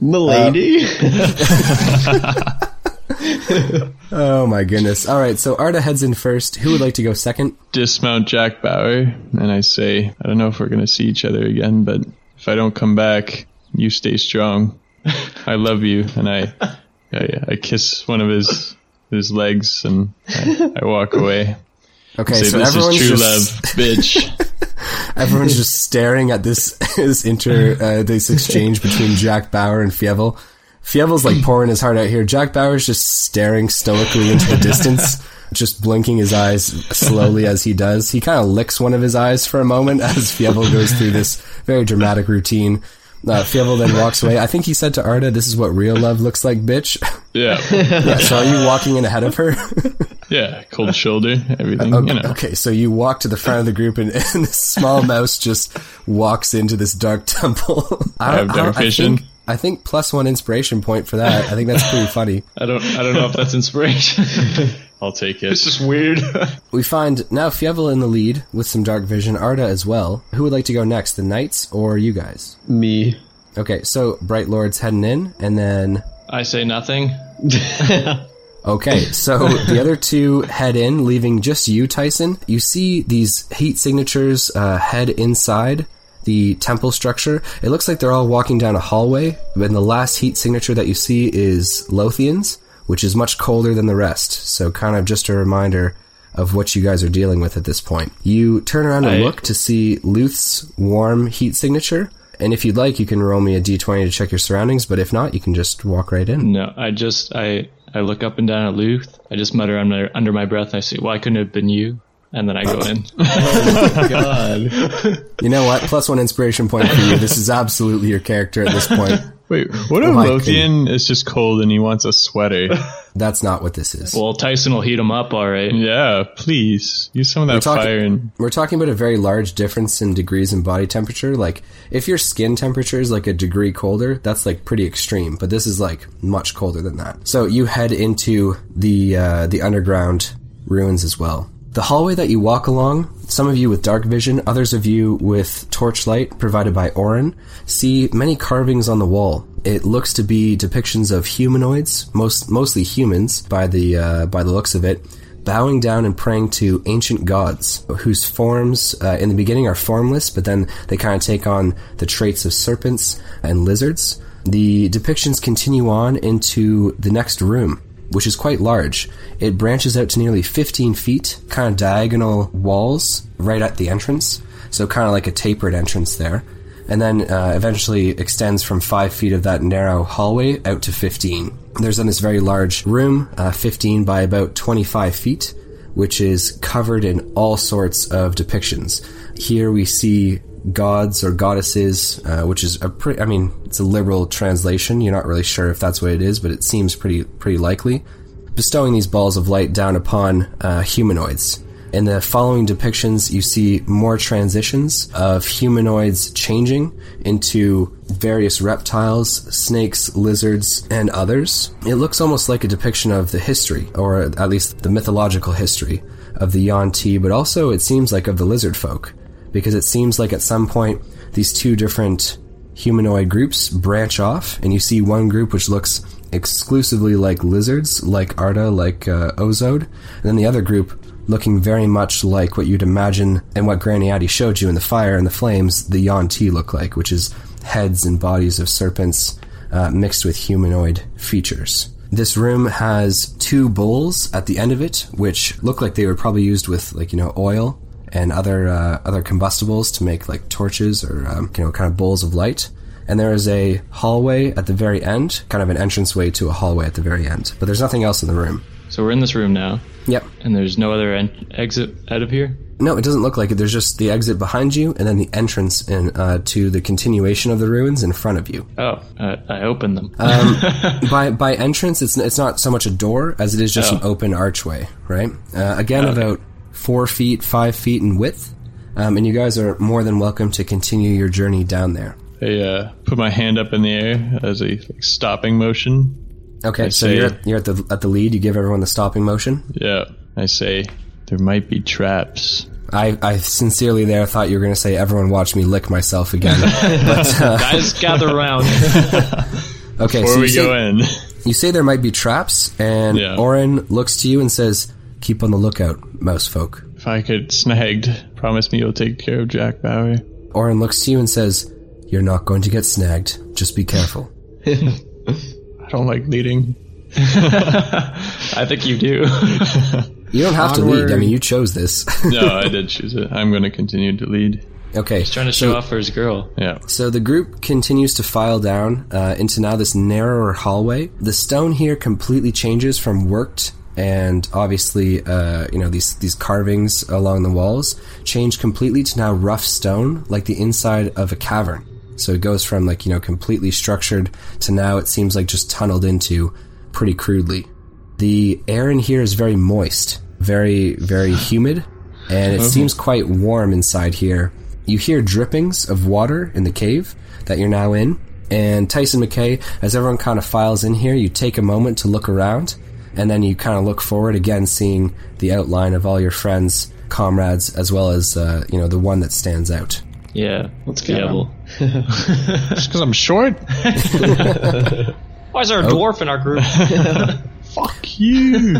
Speaker 4: Milady?
Speaker 2: oh my goodness. All right, so Arda heads in first. Who would like to go second?
Speaker 1: Dismount Jack Bauer, and I say, I don't know if we're gonna see each other again, but If I don't come back, you stay strong. I love you, and I, I, I kiss one of his his legs, and I, I walk away.
Speaker 2: Okay,
Speaker 1: Say,
Speaker 2: so
Speaker 1: this
Speaker 2: everyone's
Speaker 1: is true
Speaker 2: just
Speaker 1: love, bitch.
Speaker 2: everyone's just staring at this this inter uh, this exchange between Jack Bauer and Fievel. Fievel's like pouring his heart out here. Jack Bauer's just staring stoically into the distance, just blinking his eyes slowly as he does. He kind of licks one of his eyes for a moment as Fievel goes through this very dramatic routine. Uh, Fievel then walks away. I think he said to Arda, "This is what real love looks like, bitch."
Speaker 1: Yeah,
Speaker 2: yeah, so are you walking in ahead of her?
Speaker 1: yeah. Cold shoulder, everything.
Speaker 2: Okay,
Speaker 1: you know.
Speaker 2: okay, so you walk to the front of the group, and, and this small mouse just walks into this dark temple. I,
Speaker 1: I have dark vision.
Speaker 2: think, I think plus one inspiration point for that. I think that's pretty funny.
Speaker 3: I don't. I don't know if that's inspiration.
Speaker 1: I'll take
Speaker 3: it's
Speaker 1: it.
Speaker 3: just weird.
Speaker 2: We find now Fievel in the lead with some dark vision, Arda as well. Who would like to go next, the knights or you guys?
Speaker 4: Me.
Speaker 2: Okay, so Bright Lord's heading in, and then
Speaker 3: I say nothing.
Speaker 2: Okay, so the other two head in, leaving just you, Tyson. You see these heat signatures uh, head inside the temple structure. It looks like they're all walking down a hallway, and the last heat signature that you see is Lothian's, which is much colder than the rest. So, kind of just a reminder of what you guys are dealing with at this point. You turn around and
Speaker 3: I-
Speaker 2: look to see Luth's warm heat signature. And if you'd like, you can roll me a d20 to check your surroundings, but if not, you can just walk right in.
Speaker 3: No, I just I I look up and down at Luth. I just mutter under under my breath. I say, "Why couldn't it have been you?" And then I go in.
Speaker 4: God.
Speaker 2: You know what? Plus one inspiration point for you. This is absolutely your character at this point.
Speaker 1: Wait, what if
Speaker 2: Oh my
Speaker 1: Lothian is just cold and he wants a sweater?
Speaker 2: That's not what this is.
Speaker 3: Well, Tyson will heat him up, all right.
Speaker 1: yeah, please use some of that
Speaker 2: talking-
Speaker 1: fire and
Speaker 2: We're talking about a very large difference in degrees in body temperature. Like, if your skin temperature is like a degree colder, that's like pretty extreme. But this is like much colder than that. So you head into the uh, the underground ruins as well. The hallway that you walk along, some of you with dark vision, others of you with torchlight provided by Orin, see many carvings on the wall. It looks to be depictions of humanoids, most mostly humans by the uh, by the looks of it. bowing down and praying to ancient gods whose forms uh, in the beginning are formless, but then they kind of take on the traits of serpents and lizards. The depictions continue on into the next room, which is quite large. It branches out to nearly 15 feet, kind of diagonal walls right at the entrance, so kind of like a tapered entrance there. And then uh, eventually extends from five feet of that narrow hallway out to 15. There's then this very large room, uh, 15 by about 25 feet, which is covered in all sorts of depictions. Here we see gods or goddesses, uh, which is a pretty, I mean, it's a liberal translation. You're not really sure if that's what it is, but it seems pretty, pretty likely bestowing these balls of light down upon uh, humanoids. In the following depictions, you see more transitions of humanoids changing into various reptiles, snakes, lizards, and others. It looks almost like a depiction of the history, or at least the mythological history, of the Yonti, but also it seems like of the lizard folk, because it seems like at some point these two different humanoid groups branch off, and you see one group which looks exclusively like lizards, like Arda, like uh, Ozode, and then the other group looking very much like what you'd imagine and what Graniati showed you in the fire and the flames, the Yonti look like, which is heads and bodies of serpents uh, mixed with humanoid features. This room has two bowls at the end of it, which look like they were probably used with, like you know, oil and other uh, other combustibles to make like torches or um, you know kind of bowls of light. And there is a hallway at the very end, kind of an entranceway to a hallway at the very end. But there's nothing else in the room.
Speaker 3: So we're in this room now,
Speaker 2: Yep.
Speaker 3: and there's no other en- exit out of here.
Speaker 2: No, it doesn't look like it. There's just the exit behind you, and then the entrance in, uh, to the continuation of the ruins in front of you.
Speaker 3: Oh, uh, I open them.
Speaker 2: by by entrance, it's it's not so much a door as it is just an open archway, right? Uh, again, about four feet, five feet in width, um, and you guys are more than welcome to continue your journey down there.
Speaker 1: I uh, put my hand up in the air as a like, stopping motion.
Speaker 2: Okay, so
Speaker 1: see.
Speaker 2: you're at, you're at the at the lead. You give everyone the stopping motion.
Speaker 1: Yeah, I say there might be traps.
Speaker 2: I, I sincerely there thought you were going to say everyone watch me lick myself again.
Speaker 3: Guys, gather around.
Speaker 2: Okay,
Speaker 1: Before
Speaker 2: so you
Speaker 1: we
Speaker 2: say,
Speaker 1: go in,
Speaker 2: you say there might be traps, and
Speaker 1: Yeah.
Speaker 2: Oren looks to you and says, "Keep on the lookout, mouse folk."
Speaker 1: if I get snagged, promise me you'll take care of Jack Bauer.
Speaker 2: Oren looks to you and says, You're not going to get snagged. Just be careful.
Speaker 1: I don't like leading.
Speaker 3: I think you do.
Speaker 2: You don't have to lead. I
Speaker 4: Onward.
Speaker 2: mean, you chose this.
Speaker 1: No, I did choose it. I'm going to continue to lead.
Speaker 2: okay.
Speaker 3: Trying to show off for his girl.
Speaker 1: Yeah.
Speaker 2: So the group continues to file down uh, into now this narrower hallway. The stone here completely changes from worked and obviously, uh, you know, these these carvings along the walls change completely to now rough stone, like the inside of a cavern. So it goes from like you know completely structured to now it seems like just tunneled into pretty crudely. The air in here is very moist, very, very humid, and it seems quite warm inside here. You hear drippings of water in the cave that you're now in, and Tyson McKay, as everyone kind of files in here, you take a moment to look around, and then you kind of look forward again, seeing the outline of all your friends, comrades, as well as uh, you know the one that stands out.
Speaker 3: Yeah.
Speaker 4: Let's get
Speaker 3: Yeah,
Speaker 4: him.
Speaker 3: well,
Speaker 1: Just because I'm short?
Speaker 3: Why is there a dwarf in our group?
Speaker 1: Fuck you.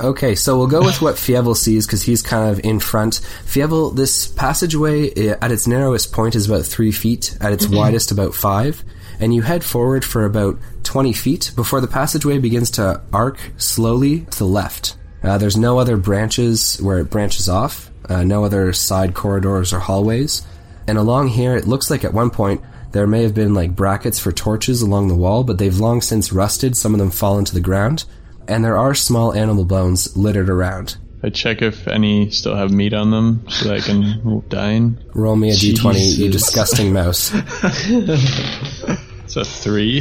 Speaker 2: Okay, so we'll go with what Fievel sees because he's kind of in front. Fievel, this passageway eh, at its narrowest point is about three feet, at its widest about five, and you head forward for about 20 feet before the passageway begins to arc slowly to the left. Uh, there's no other branches where it branches off, uh, no other side corridors or hallways, and along here it looks like at one point there may have been like brackets for torches along the wall, but they've long since rusted, some of them fallen to the ground and there are small animal bones littered around.
Speaker 1: I check if any still have meat on them so that I can dine.
Speaker 2: Roll me a 20 you
Speaker 4: Jesus.
Speaker 2: disgusting mouse.
Speaker 1: It's a three.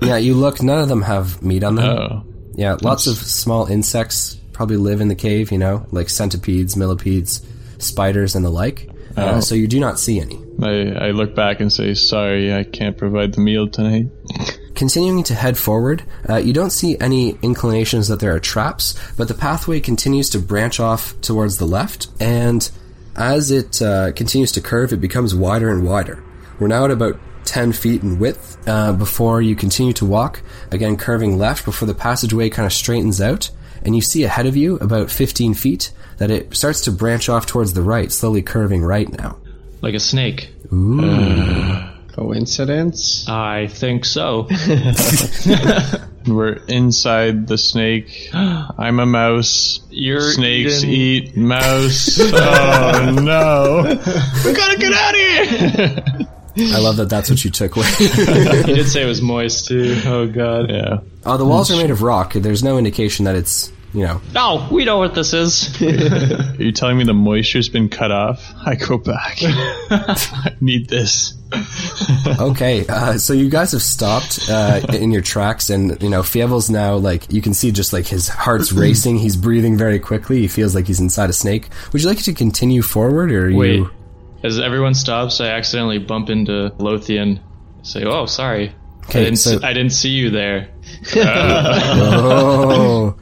Speaker 2: yeah, you look, none of them have meat on them.
Speaker 1: Oh.
Speaker 2: yeah, lots of small insects probably live in the cave, you know, like centipedes, millipedes, spiders, and the like. Uh, so you do not see any.
Speaker 1: I, I look back and say, sorry, I can't provide the meal tonight.
Speaker 2: Continuing to head forward, uh, you don't see any inclinations that there are traps, but the pathway continues to branch off towards the left, and as it uh, continues to curve, it becomes wider and wider. We're now at about 10 feet in width uh, before you continue to walk, again curving left before the passageway kind of straightens out, and you see ahead of you, about 15 feet, that it starts to branch off towards the right, slowly curving right now.
Speaker 3: like a snake.
Speaker 4: Coincidence?
Speaker 3: I think so.
Speaker 1: We're inside the snake. I'm a mouse.
Speaker 3: You're
Speaker 1: Snakes
Speaker 3: Eden.
Speaker 1: eat mouse. oh no! We gotta get out of here.
Speaker 2: I love that that's what you took away.
Speaker 3: He did say it was moist too. Oh god.
Speaker 1: Yeah.
Speaker 2: Uh, the walls are made of rock. There's no indication that it's, you know,
Speaker 3: No, we know what this is.
Speaker 1: Are you telling me the moisture's been cut off? I go back. I need this.
Speaker 2: Okay, uh, so you guys have stopped uh, in your tracks, and you know Fievel's now like you can see just like his heart's racing. He's breathing very quickly. He feels like he's inside a snake. Would you like to continue forward, or are
Speaker 3: Wait.
Speaker 2: you?
Speaker 3: As everyone stops, I accidentally bump into Lothian. Say, oh, sorry. I
Speaker 2: Okay,
Speaker 3: didn't,
Speaker 2: so
Speaker 3: see, I didn't see you there.
Speaker 2: oh,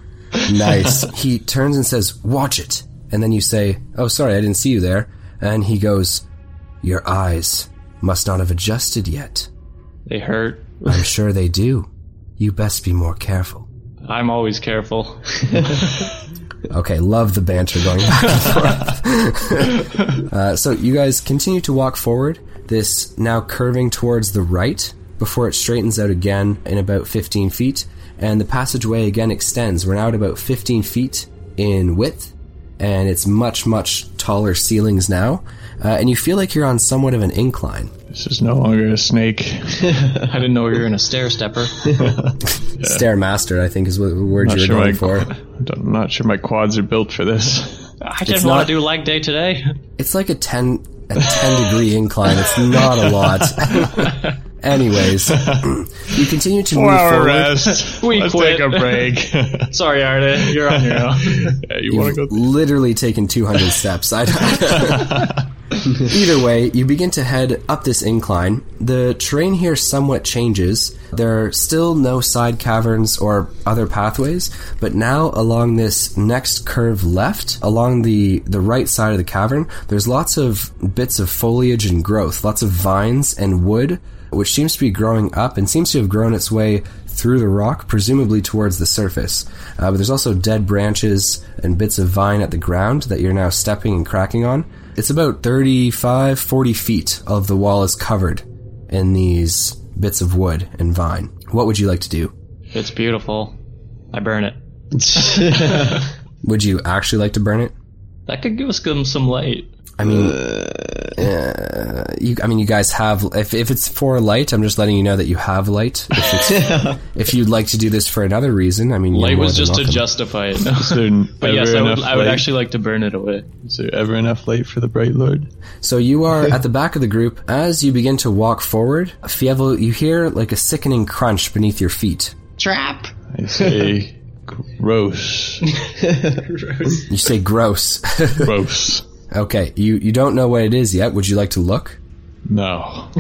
Speaker 2: nice. He turns and says, "Watch it," and then you say, "Oh, sorry, I didn't see you there." And he goes, "Your eyes must not have adjusted yet.
Speaker 3: They hurt.
Speaker 2: I'm sure they do. You best be more careful."
Speaker 3: I'm always careful.
Speaker 2: Okay, love the banter going back and forth. uh, so you guys continue to walk forward, this now curving towards the right before it straightens out again in about 15 feet, and the passageway again extends. We're now at about 15 feet in width, and it's much, much taller ceilings now, uh, and you feel like you're on somewhat of an incline.
Speaker 1: This is no longer a snake.
Speaker 3: I didn't know you were in a stair stepper.
Speaker 2: Stairmaster, I think, is what the word
Speaker 1: Not
Speaker 2: you were
Speaker 1: sure, my,
Speaker 2: going for.
Speaker 1: I'm not sure my quads are built for this.
Speaker 3: I didn't
Speaker 2: not-
Speaker 3: want to do leg day today.
Speaker 2: It's like a 10 a 10 degree incline. It's not a lot. Anyways, you continue to move
Speaker 1: Four-hour
Speaker 2: forward.
Speaker 1: rest.
Speaker 3: We
Speaker 1: Let's
Speaker 3: quit.
Speaker 1: take a break.
Speaker 3: Sorry, Arda. You're on your own.
Speaker 1: yeah, you want to go?
Speaker 2: Literally taken 200 steps. I don't- Either way, you begin to head up this incline. The terrain here somewhat changes. There are still no side caverns or other pathways, but now along this next curve left, along the the right side of the cavern, there's lots of bits of foliage and growth, lots of vines and wood which seems to be growing up and seems to have grown its way through the rock, presumably towards the surface. Uh, but there's also dead branches and bits of vine at the ground that you're now stepping and cracking on. It's about 35, 40 feet of the wall is covered in these bits of wood and vine. What would you like to do?
Speaker 3: It's beautiful. I burn it.
Speaker 2: Would you actually like to burn it?
Speaker 3: That could give us some, some light.
Speaker 2: I mean, uh, you, I mean, you guys have. If, if it's for light, I'm just letting you know that you have light. If, it's, if you'd like to do this for another reason, I mean, you're
Speaker 3: Light
Speaker 2: more
Speaker 3: was
Speaker 2: than
Speaker 3: just to
Speaker 2: welcome.
Speaker 3: justify it.
Speaker 1: Is there
Speaker 3: But
Speaker 1: ever
Speaker 3: yes, I
Speaker 1: enough
Speaker 3: would, I would
Speaker 1: light?
Speaker 3: actually like to burn it away.
Speaker 1: Is there ever enough light for the Bright Lord?
Speaker 2: So you are at the back of the group. As you begin to walk forward, Fievel, you hear like a sickening crunch beneath your feet.
Speaker 4: Trap.
Speaker 1: I say, gross,
Speaker 2: You say, "Gross."
Speaker 1: gross.
Speaker 2: okay, you you don't know what it is yet. Would you like to look?
Speaker 1: No,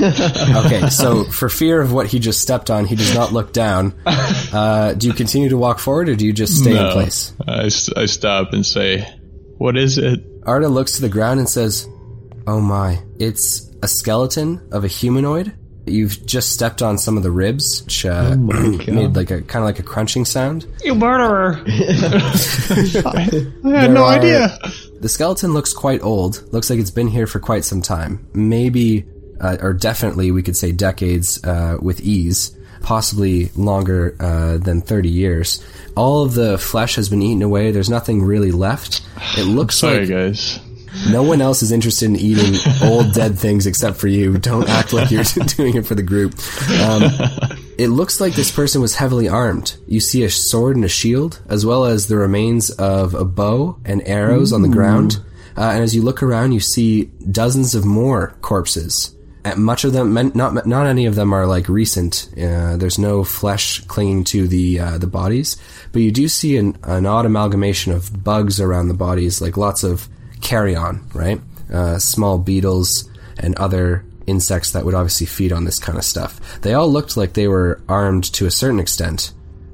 Speaker 2: Okay, so for fear of what he just stepped on, he does not look down. Uh, do you continue to walk forward, or do you just stay in
Speaker 1: no.
Speaker 2: place?
Speaker 1: I, s- I stop and say, what is it?
Speaker 2: Arda looks to the ground and says, Oh my, it's a skeleton of a humanoid. You've just stepped on some of the ribs, which uh, made like a kind of like a crunching sound.
Speaker 3: You murderer!
Speaker 1: I had
Speaker 2: There are- The skeleton looks quite old. Looks like it's been here for quite some time. Maybe, uh, or definitely, we could say decades uh, with ease. Possibly longer uh, than 30 years. All of the flesh has been eaten away. There's nothing really left. It looks
Speaker 1: Sorry,
Speaker 2: like
Speaker 1: guys.
Speaker 2: No one else is interested in eating old dead things except for you. Don't act like you're doing it for the group. Um, it looks like this person was heavily armed. You see a sword and a shield, as well as the remains of a bow and arrows on the ground. Uh, and as you look around, you see dozens of more corpses. And much of them, men- not not any of them are like recent. Uh, there's no flesh clinging to the uh, the bodies, but you do see an, an odd amalgamation of bugs around the bodies, like lots of carrion, right? Uh, small beetles and other insects that would obviously feed on this kind of stuff. They all looked like they were armed to a certain extent.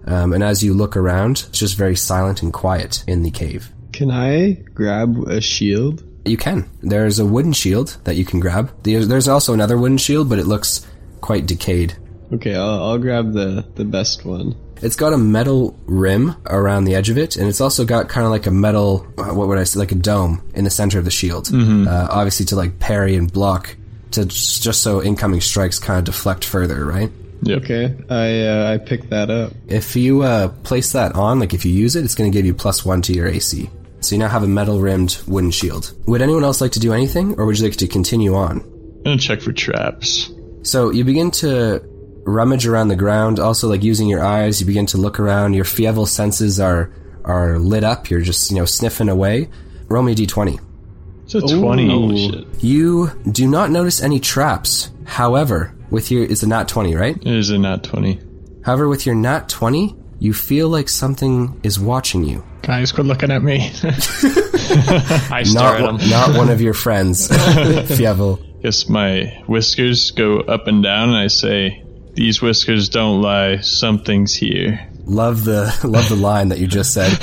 Speaker 2: Um, and as you look around, it's just very silent and quiet in the cave.
Speaker 4: Can I grab a shield?
Speaker 2: You can. There's a wooden shield that you can grab. There's there's also another wooden shield, but it looks quite decayed.
Speaker 4: Okay, I'll, I'll grab the the best one.
Speaker 2: It's got a metal rim around the edge of it, and it's also got kind of like a metal, uh, what would I say, like a dome in the center of the shield. Uh, obviously to like parry and block, to just, just so incoming strikes kind of deflect further, right?
Speaker 1: Yep.
Speaker 4: Okay, I uh, I pick that up.
Speaker 2: If you uh, place that on, like if you use it, it's going to give you plus one to your AC. So you now have a metal rimmed wooden shield. Would anyone else like to do anything, or would you like to continue on?
Speaker 1: I'm gonna check for traps.
Speaker 2: So you begin to rummage around the ground, also like using your eyes, you begin to look around, your fievel senses are are lit up, you're just, you know, sniffing away. Roll me a D twenty.
Speaker 1: It's a twenty.
Speaker 3: Oh shit.
Speaker 2: You do not notice any traps. However, with your it's a nat twenty, right?
Speaker 1: It is a not twenty.
Speaker 2: However, with your nat twenty, you feel like something is watching you.
Speaker 1: Guys, quit looking at me.
Speaker 3: I stare
Speaker 2: Not
Speaker 3: at him.
Speaker 2: one, not one of your friends, Fievel.
Speaker 1: Guess my whiskers go up and down, and I say, "These whiskers don't lie. Something's here."
Speaker 2: Love the love the line that you just said.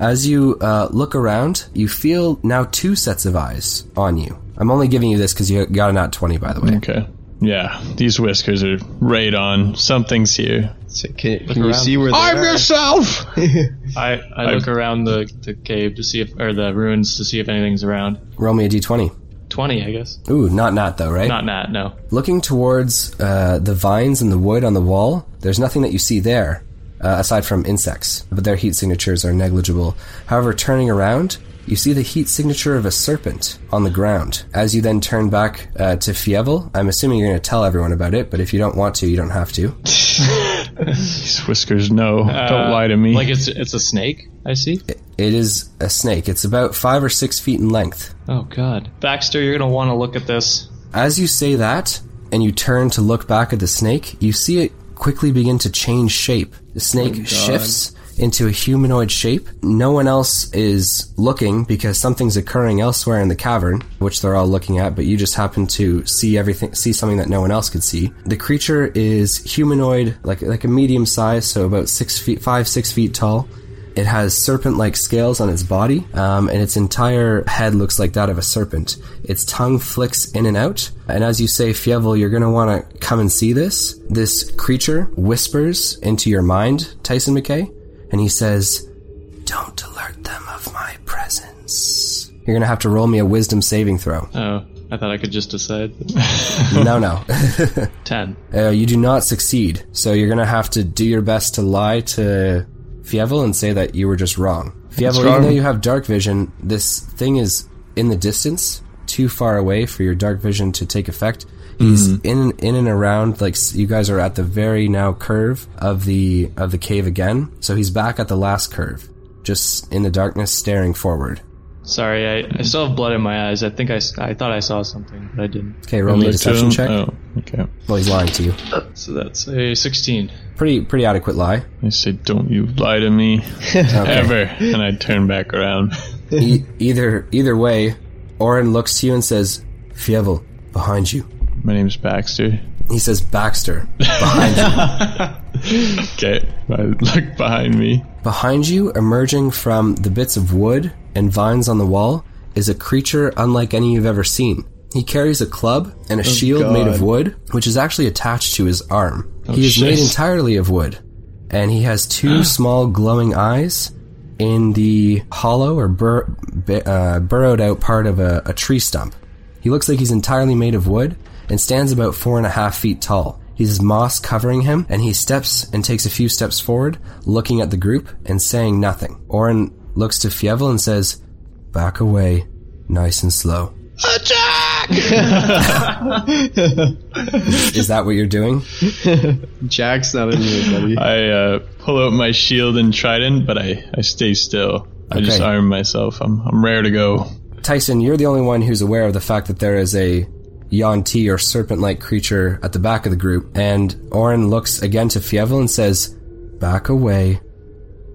Speaker 2: As you uh, look around, you feel now two sets of eyes on you. I'm only giving you this because you got a not twenty, by the way.
Speaker 1: Okay. Yeah, these whiskers are right on. Something's here.
Speaker 4: So can can you
Speaker 3: around.
Speaker 4: see where they are?
Speaker 1: yourself.
Speaker 3: I, I look around the, the cave to see if, or the ruins to see if anything's around.
Speaker 2: Roll me a d20.
Speaker 3: 20, I guess.
Speaker 2: Ooh, not not though, right?
Speaker 3: Not Nat, no.
Speaker 2: Looking towards uh, the vines and the wood on the wall, there's nothing that you see there, uh, aside from insects. But their heat signatures are negligible. However, turning around, you see the heat signature of a serpent on the ground. As you then turn back uh, to Fievel, I'm assuming you're going to tell everyone about it. But if you don't want to, you don't have to.
Speaker 1: These whiskers know.
Speaker 3: Uh,
Speaker 1: don't lie to me.
Speaker 3: Like it's it's a snake, I see.
Speaker 2: It is a snake. It's about five or six feet in length.
Speaker 3: Oh god. Baxter, you're gonna wanna look at this.
Speaker 2: As you say that, and you turn to look back at the snake, you see it quickly begin to change shape. The snake shifts into a humanoid shape. No one else is looking because something's occurring elsewhere in the cavern, which they're all looking at, but you just happen to see everything see something that no one else could see. The creature is humanoid, like like a medium size, so about six feet five, six feet tall. It has serpent like scales on its body, um, and its entire head looks like that of a serpent. Its tongue flicks in and out, and as you say, Fievel, you're going to want to come and see this. This creature whispers into your mind, Tyson McKay, and he says, Don't alert them of my presence. You're gonna have to roll me a wisdom saving throw.
Speaker 3: Oh, I thought I could just decide.
Speaker 2: no, no.
Speaker 3: Ten.
Speaker 2: Uh, you do not succeed, so you're gonna have to do your best to lie to Fievel and say that you were just wrong. Fievel, even
Speaker 1: wrong?
Speaker 2: though you have dark vision, this thing is in the distance, too far away for your dark vision to take effect. He's in in and around, like s- you guys are at the very now curve of the of the cave again. So he's back at the last curve, just in the darkness, staring forward.
Speaker 3: Sorry, I, I still have blood in my eyes. I think I, s- I thought I saw something, but I didn't.
Speaker 2: Okay, roll me a
Speaker 1: Look to
Speaker 2: deception
Speaker 1: him.
Speaker 2: check.
Speaker 1: Oh, okay.
Speaker 2: Well, he's lying to you.
Speaker 3: So that's a 16.
Speaker 2: Pretty pretty adequate lie.
Speaker 1: I say, don't you lie to me ever. And I turn back around.
Speaker 2: E- either either way, Oren looks to you and says, "Fievel, behind you."
Speaker 1: My name's Baxter.
Speaker 2: He says, "Baxter,
Speaker 1: Okay. I look behind me.
Speaker 2: behind you." Emerging from the bits of wood and vines on the wall is a creature unlike any you've ever seen. He carries a club and a shield
Speaker 4: God.
Speaker 2: made of wood, which is actually attached to his arm. he is
Speaker 1: shit.
Speaker 2: made entirely of wood, and he has two small glowing eyes in the hollow or bur- bu- uh, burrowed out part of a, a tree stump. He looks like he's entirely made of wood and stands about four and a half feet tall. He's moss covering him, and he steps and takes a few steps forward, looking at the group and saying nothing. Orin looks to Fievel and says, Back away, nice and slow. Attack! Is that what you're doing?
Speaker 4: Jack's not in here, buddy.
Speaker 1: I uh, pull out my shield and trident, but I, I stay still. I just
Speaker 2: Okay.
Speaker 1: arm myself. I'm, I'm rare to go.
Speaker 2: Tyson, you're the only one who's aware of the fact that there is a Yonti or serpent like creature at the back of the group, and Orin looks again to Fievel and says, Back away,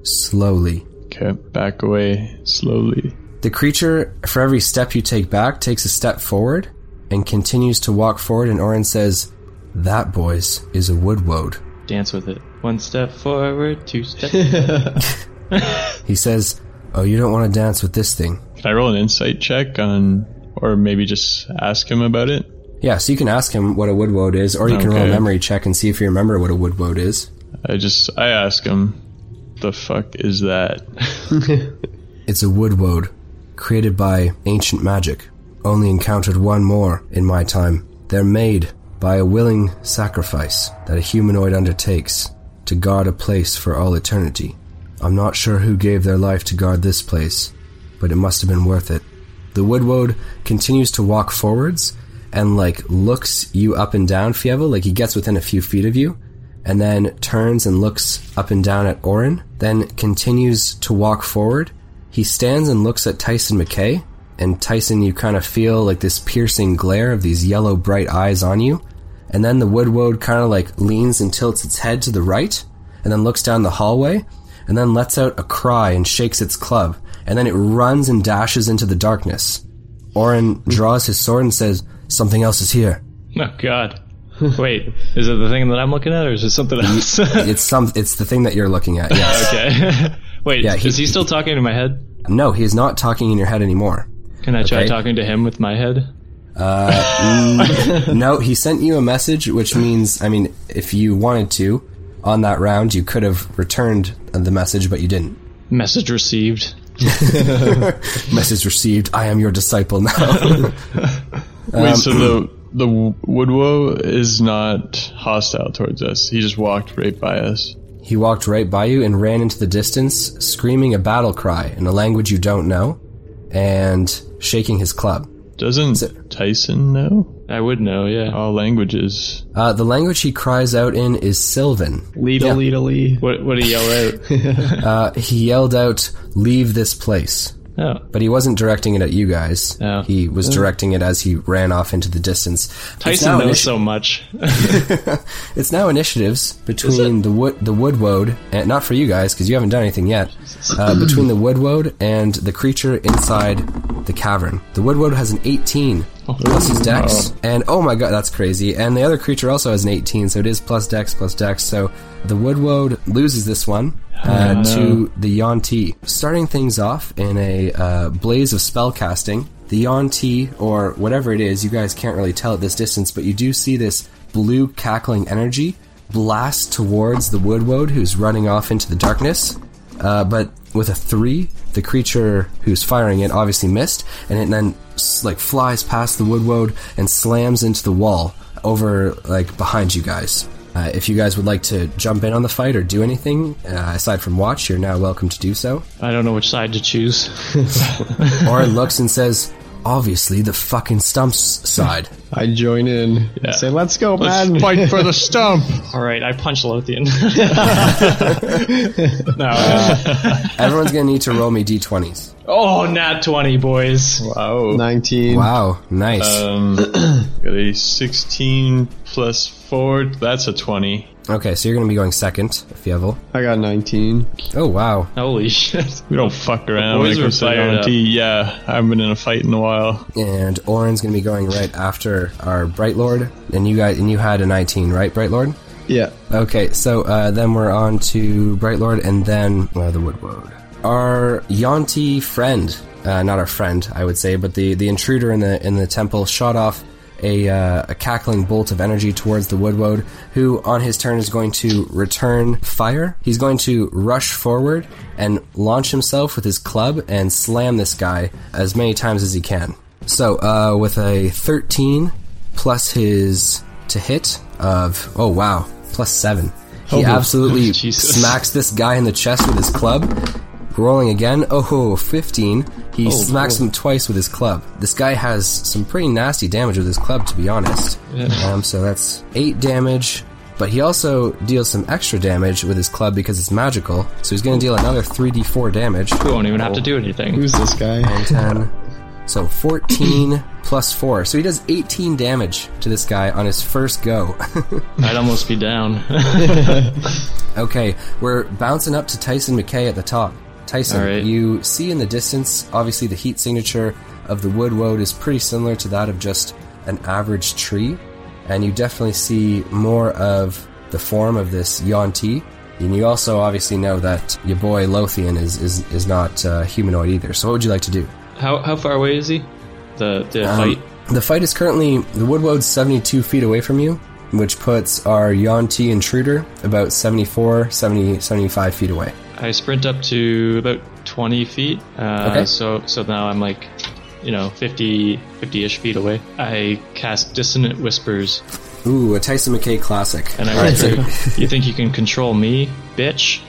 Speaker 2: slowly.
Speaker 1: Okay. Back away slowly.
Speaker 2: The creature, for every step you take back, takes a step forward and continues to walk forward, and Orin says, That, boys, is a woodwode.
Speaker 3: Dance with it. One step forward, two steps.
Speaker 2: He says, Oh, you don't want to dance with this thing.
Speaker 1: Can I roll an insight check on, or maybe just ask him about it?
Speaker 2: Yeah, so you can ask him what a woodwode is, or you can roll a
Speaker 1: Okay.
Speaker 2: memory check and see if you remember what a woodwode is.
Speaker 1: I just, I ask him, the fuck is that?
Speaker 2: It's a woodwode created by ancient magic. Only encountered one more in my time. They're made by a willing sacrifice that a humanoid undertakes to guard a place for all eternity. I'm not sure who gave their life to guard this place, but it must have been worth it. The woodwode continues to walk forwards and like looks you up and down, Fievel, like he gets within a few feet of you, and then turns and looks up and down at Orin, then continues to walk forward he stands and looks at Tyson McKay, and Tyson, you kind of feel like this piercing glare of these yellow bright eyes on you. And then the woodwode kind of like leans and tilts its head to the right, and then looks down the hallway, and then lets out a cry and shakes its club, and then it runs and dashes into the darkness. Orin draws his sword and says, "Something else is here.
Speaker 3: oh, God. Wait, is it the thing that I'm looking at, or is it something else?
Speaker 2: It's some. It's the thing that you're looking at." Yes.
Speaker 3: okay. Wait,
Speaker 2: Yeah, he-
Speaker 3: is he still talking to my head?
Speaker 2: No, he is not talking in your head anymore.
Speaker 3: Can I try
Speaker 2: Okay.
Speaker 3: talking to him with my head?
Speaker 2: No, he sent you a message, which means, I mean, if you wanted to, on that round, you could have returned the message, but you didn't.
Speaker 3: Message received.
Speaker 2: Message received. I am your disciple now.
Speaker 1: Wait, so the the Woodwo is not hostile towards us. He just walked right by us.
Speaker 2: he walked right by you and ran into the distance, screaming a battle cry in a language you don't know, and shaking his club.
Speaker 1: Doesn't Tyson know
Speaker 3: I would know, yeah.
Speaker 1: all languages?
Speaker 2: Uh, the language he cries out in is Sylvan.
Speaker 4: Leedle,
Speaker 2: Yeah.
Speaker 4: leedle, lee.
Speaker 3: What, what do you yell
Speaker 2: He yelled out, Leave this place.
Speaker 3: out? Oh.
Speaker 2: But he wasn't directing it at you guys.
Speaker 3: Oh.
Speaker 2: He was directing it as he ran off into the distance. It's now
Speaker 3: Tyson
Speaker 2: an
Speaker 3: knows
Speaker 2: issue-
Speaker 3: so much.
Speaker 2: It's now initiatives between the wood, the woodwode, and not for you guys because you haven't done anything yet. Uh, between the woodwode and the creature inside the cavern, the woodwode has an 18 plus his dex, and oh my god, that's crazy. And the other creature also has an 18, so it is plus dex plus dex. So the woodwode loses this one uh, to the Yonti. Starting things off in a uh, blaze of spell casting, the Yonti, or whatever it is, you guys can't really tell at this distance, but you do see this blue cackling energy blast towards the Woodwode who's running off into the darkness. Uh, but with a three, the creature who's firing it obviously missed, and it then s- like flies past the woodwode and slams into the wall over like behind you guys. Uh, if you guys would like to jump in on the fight or do anything uh, aside from watch, you're now welcome to do so.
Speaker 3: I don't know which side to choose.
Speaker 2: Orin looks and says, "Obviously, the fucking stumps side."
Speaker 4: I join in. and Say, let's go,
Speaker 1: Let's
Speaker 4: man.
Speaker 1: fight for the stump.
Speaker 3: All right, I punch Lothian. no.
Speaker 2: Everyone's gonna need to roll me d20s.
Speaker 3: oh, nat twenty, boys.
Speaker 1: Wow.
Speaker 4: 19.
Speaker 2: Wow, nice.
Speaker 1: Um, got a 16 plus 4. That's a 20.
Speaker 2: okay, so you're gonna be going second, Fievel.
Speaker 4: I got 19.
Speaker 2: Oh wow,
Speaker 3: Holy shit!
Speaker 1: We don't fuck around when
Speaker 3: boys
Speaker 1: it
Speaker 3: were
Speaker 1: comes to
Speaker 3: fired up.
Speaker 1: R&D. Yeah, I haven't been in a fight in a while.
Speaker 2: and Oren's gonna be going right after our Bright Lord, and you guys and you had a 19, right, Bright Lord?
Speaker 4: Yeah.
Speaker 2: Okay, so uh, then we're on to Bright Lord, and then uh, the Woodwode. Our Yanti friend, uh, not our friend, I would say, but the, the intruder in the in the temple shot off a, uh, a cackling bolt of energy towards the Woodwode, who on his turn is going to return fire. He's going to rush forward and launch himself with his club and slam this guy as many times as he can. So uh, with a 13 plus his to hit of oh wow plus seven. He absolutely
Speaker 3: Jesus.
Speaker 2: smacks this guy in the chest with his club. Rolling again. Oh, ho, 15. He smacks him twice with his club. This guy has some pretty nasty damage with his club, to be honest. Um, so that's 8 damage. But he also deals some extra damage with his club because it's magical. So he's going to deal another 3d4 damage.
Speaker 3: We won't even have to do anything.
Speaker 4: Who's this guy?
Speaker 2: 10. So 14 plus 4. So he does 18 damage to this guy on his first go.
Speaker 3: I'd almost be down.
Speaker 2: Okay, we're bouncing up to Tyson McKay at the top. Tyson,
Speaker 3: All right.
Speaker 2: you see in the distance, obviously the heat signature of the wood woad is pretty similar to that of just an average tree, and you definitely see more of the form of this Yonti. And you also obviously know that your boy Lothian is is, is not uh, humanoid either. So what would you like to do?
Speaker 3: how how far away is he? The the
Speaker 2: Um,
Speaker 3: fight.
Speaker 2: The fight is currently the Woodwode's 72 feet away from you, which puts our Yonti intruder about 74, 70, 75 feet away.
Speaker 3: I sprint up to about 20 feet. Uh,
Speaker 2: Okay.
Speaker 3: So so now I'm like, you know, 50 50-ish feet away. I cast Dissonant Whispers,
Speaker 2: Ooh, a Tyson McKay classic.
Speaker 3: and I whisper, "You think you can control me, bitch?"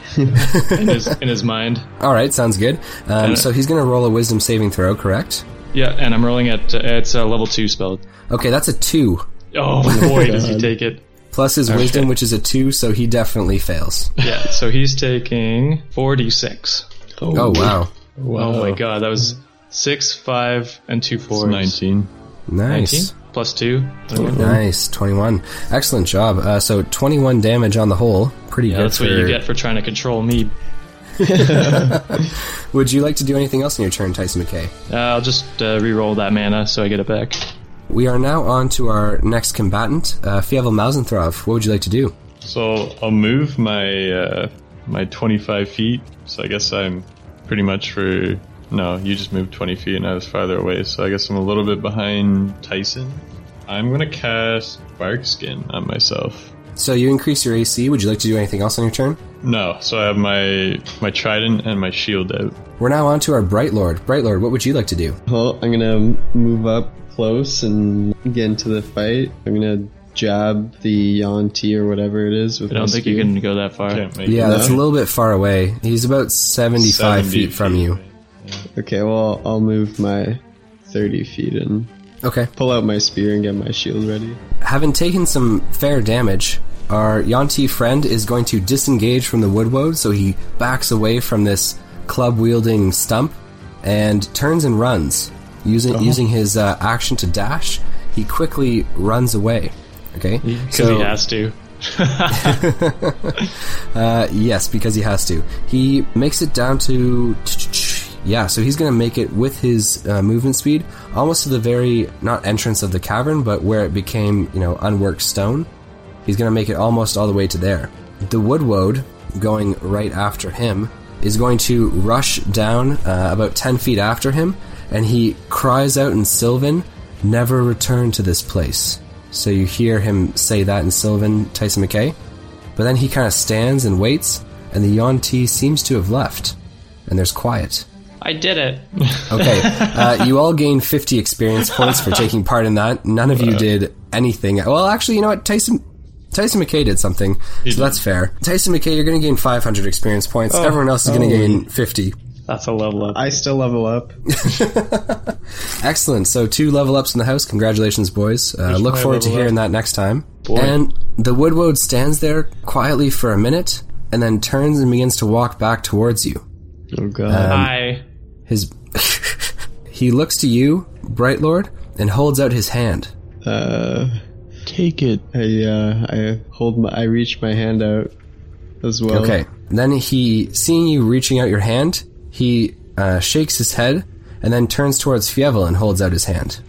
Speaker 3: in his in his mind.
Speaker 2: All right, sounds good. Um, so he's going to roll a Wisdom saving throw, correct?
Speaker 3: Yeah, and I'm rolling at uh, it's a level two spell.
Speaker 2: Okay, that's a two.
Speaker 3: Oh boy, does he take it!
Speaker 2: Plus his Wisdom, which is a two, so he definitely fails.
Speaker 3: Yeah, so he's taking 46.
Speaker 2: Oh wow,
Speaker 3: Oh my god, that was six, five, and two fours.
Speaker 1: 19.
Speaker 2: nice,
Speaker 3: plus two.
Speaker 2: nice, twenty-one. Excellent job. Uh, so twenty-one damage on the whole. Pretty
Speaker 3: Yeah,
Speaker 2: good.
Speaker 3: that's what
Speaker 2: for-
Speaker 3: you get for trying to control me.
Speaker 2: Would you like to do anything else in your turn, Tyson McKay?
Speaker 3: Uh, I'll just uh, re-roll that mana so I get it back.
Speaker 2: We are now on to our next combatant, uh, Fievel Mausenthrov. What would you like to do?
Speaker 1: So I'll move my uh, my 25 feet. So I guess I'm pretty much for. No, you just moved 20 feet and I was farther away. So I guess I'm a little bit behind Tyson. I'm gonna cast Bark Skin on myself.
Speaker 2: So you increase your AC. Would you like to do anything else on your turn?
Speaker 1: No, so I have my my trident and my shield out.
Speaker 2: We're now on to our Bright Lord. Bright Lord, what would you like to do?
Speaker 4: Well, I'm gonna move up close and get into the fight. I'm gonna jab the Yonti or whatever it is with
Speaker 3: I don't think you can go that far.
Speaker 1: Can't make
Speaker 2: Yeah,
Speaker 1: it.
Speaker 2: that's a little bit far away. He's about 75
Speaker 1: 70
Speaker 2: feet from you.
Speaker 4: Okay, well, I'll move my 30 feet and
Speaker 2: Okay.
Speaker 4: pull out my spear and get my shield ready.
Speaker 2: Having taken some fair damage, our Yanti friend is going to disengage from the woodwode, so he backs away from this club wielding stump and turns and runs. Using
Speaker 3: Uh-huh.
Speaker 2: using his uh, action to dash, he quickly runs away. Okay?
Speaker 3: Because he has to.
Speaker 2: Uh, Yes, because he has to. He makes it down to. Yeah, so he's going to make it with his uh, movement speed almost to the very, not entrance of the cavern, but where it became, you know, unworked stone. He's going to make it almost all the way to there. The Woodwode, going right after him, is going to rush down uh, about 10 feet after him, and he cries out in Sylvan, Never return to this place. So you hear him say that in Sylvan, Tyson McKay. But then he kind of stands and waits, and the Yonti seems to have left, and there's quiet.
Speaker 5: I did it.
Speaker 2: Okay, uh, you all gain 50 experience points for taking part in that. None of
Speaker 1: Uh.
Speaker 2: you did anything. Well, actually, you know what? Tyson. Tyson McKay did something, so that's fair. Tyson McKay, you're going to gain 500 experience
Speaker 1: Oh.
Speaker 2: points. Everyone else is going to gain 50.
Speaker 5: That's a level up.
Speaker 4: I still level up.
Speaker 2: Excellent. So two level ups in the house. Congratulations, boys. Uh, look
Speaker 1: my
Speaker 2: forward to
Speaker 1: level
Speaker 2: hearing that next time. And the woodwode stands there quietly for a minute, and then turns and begins to walk back towards you.
Speaker 4: Oh god.
Speaker 5: I
Speaker 2: His he looks to you, Bright Lord, and holds out his hand.
Speaker 4: Uh,
Speaker 1: Take it.
Speaker 4: I uh, I hold my I reach my hand out as well.
Speaker 2: Okay. Then he, seeing you reaching out your hand, he uh, shakes his head and then turns towards Fievel and holds out his hand.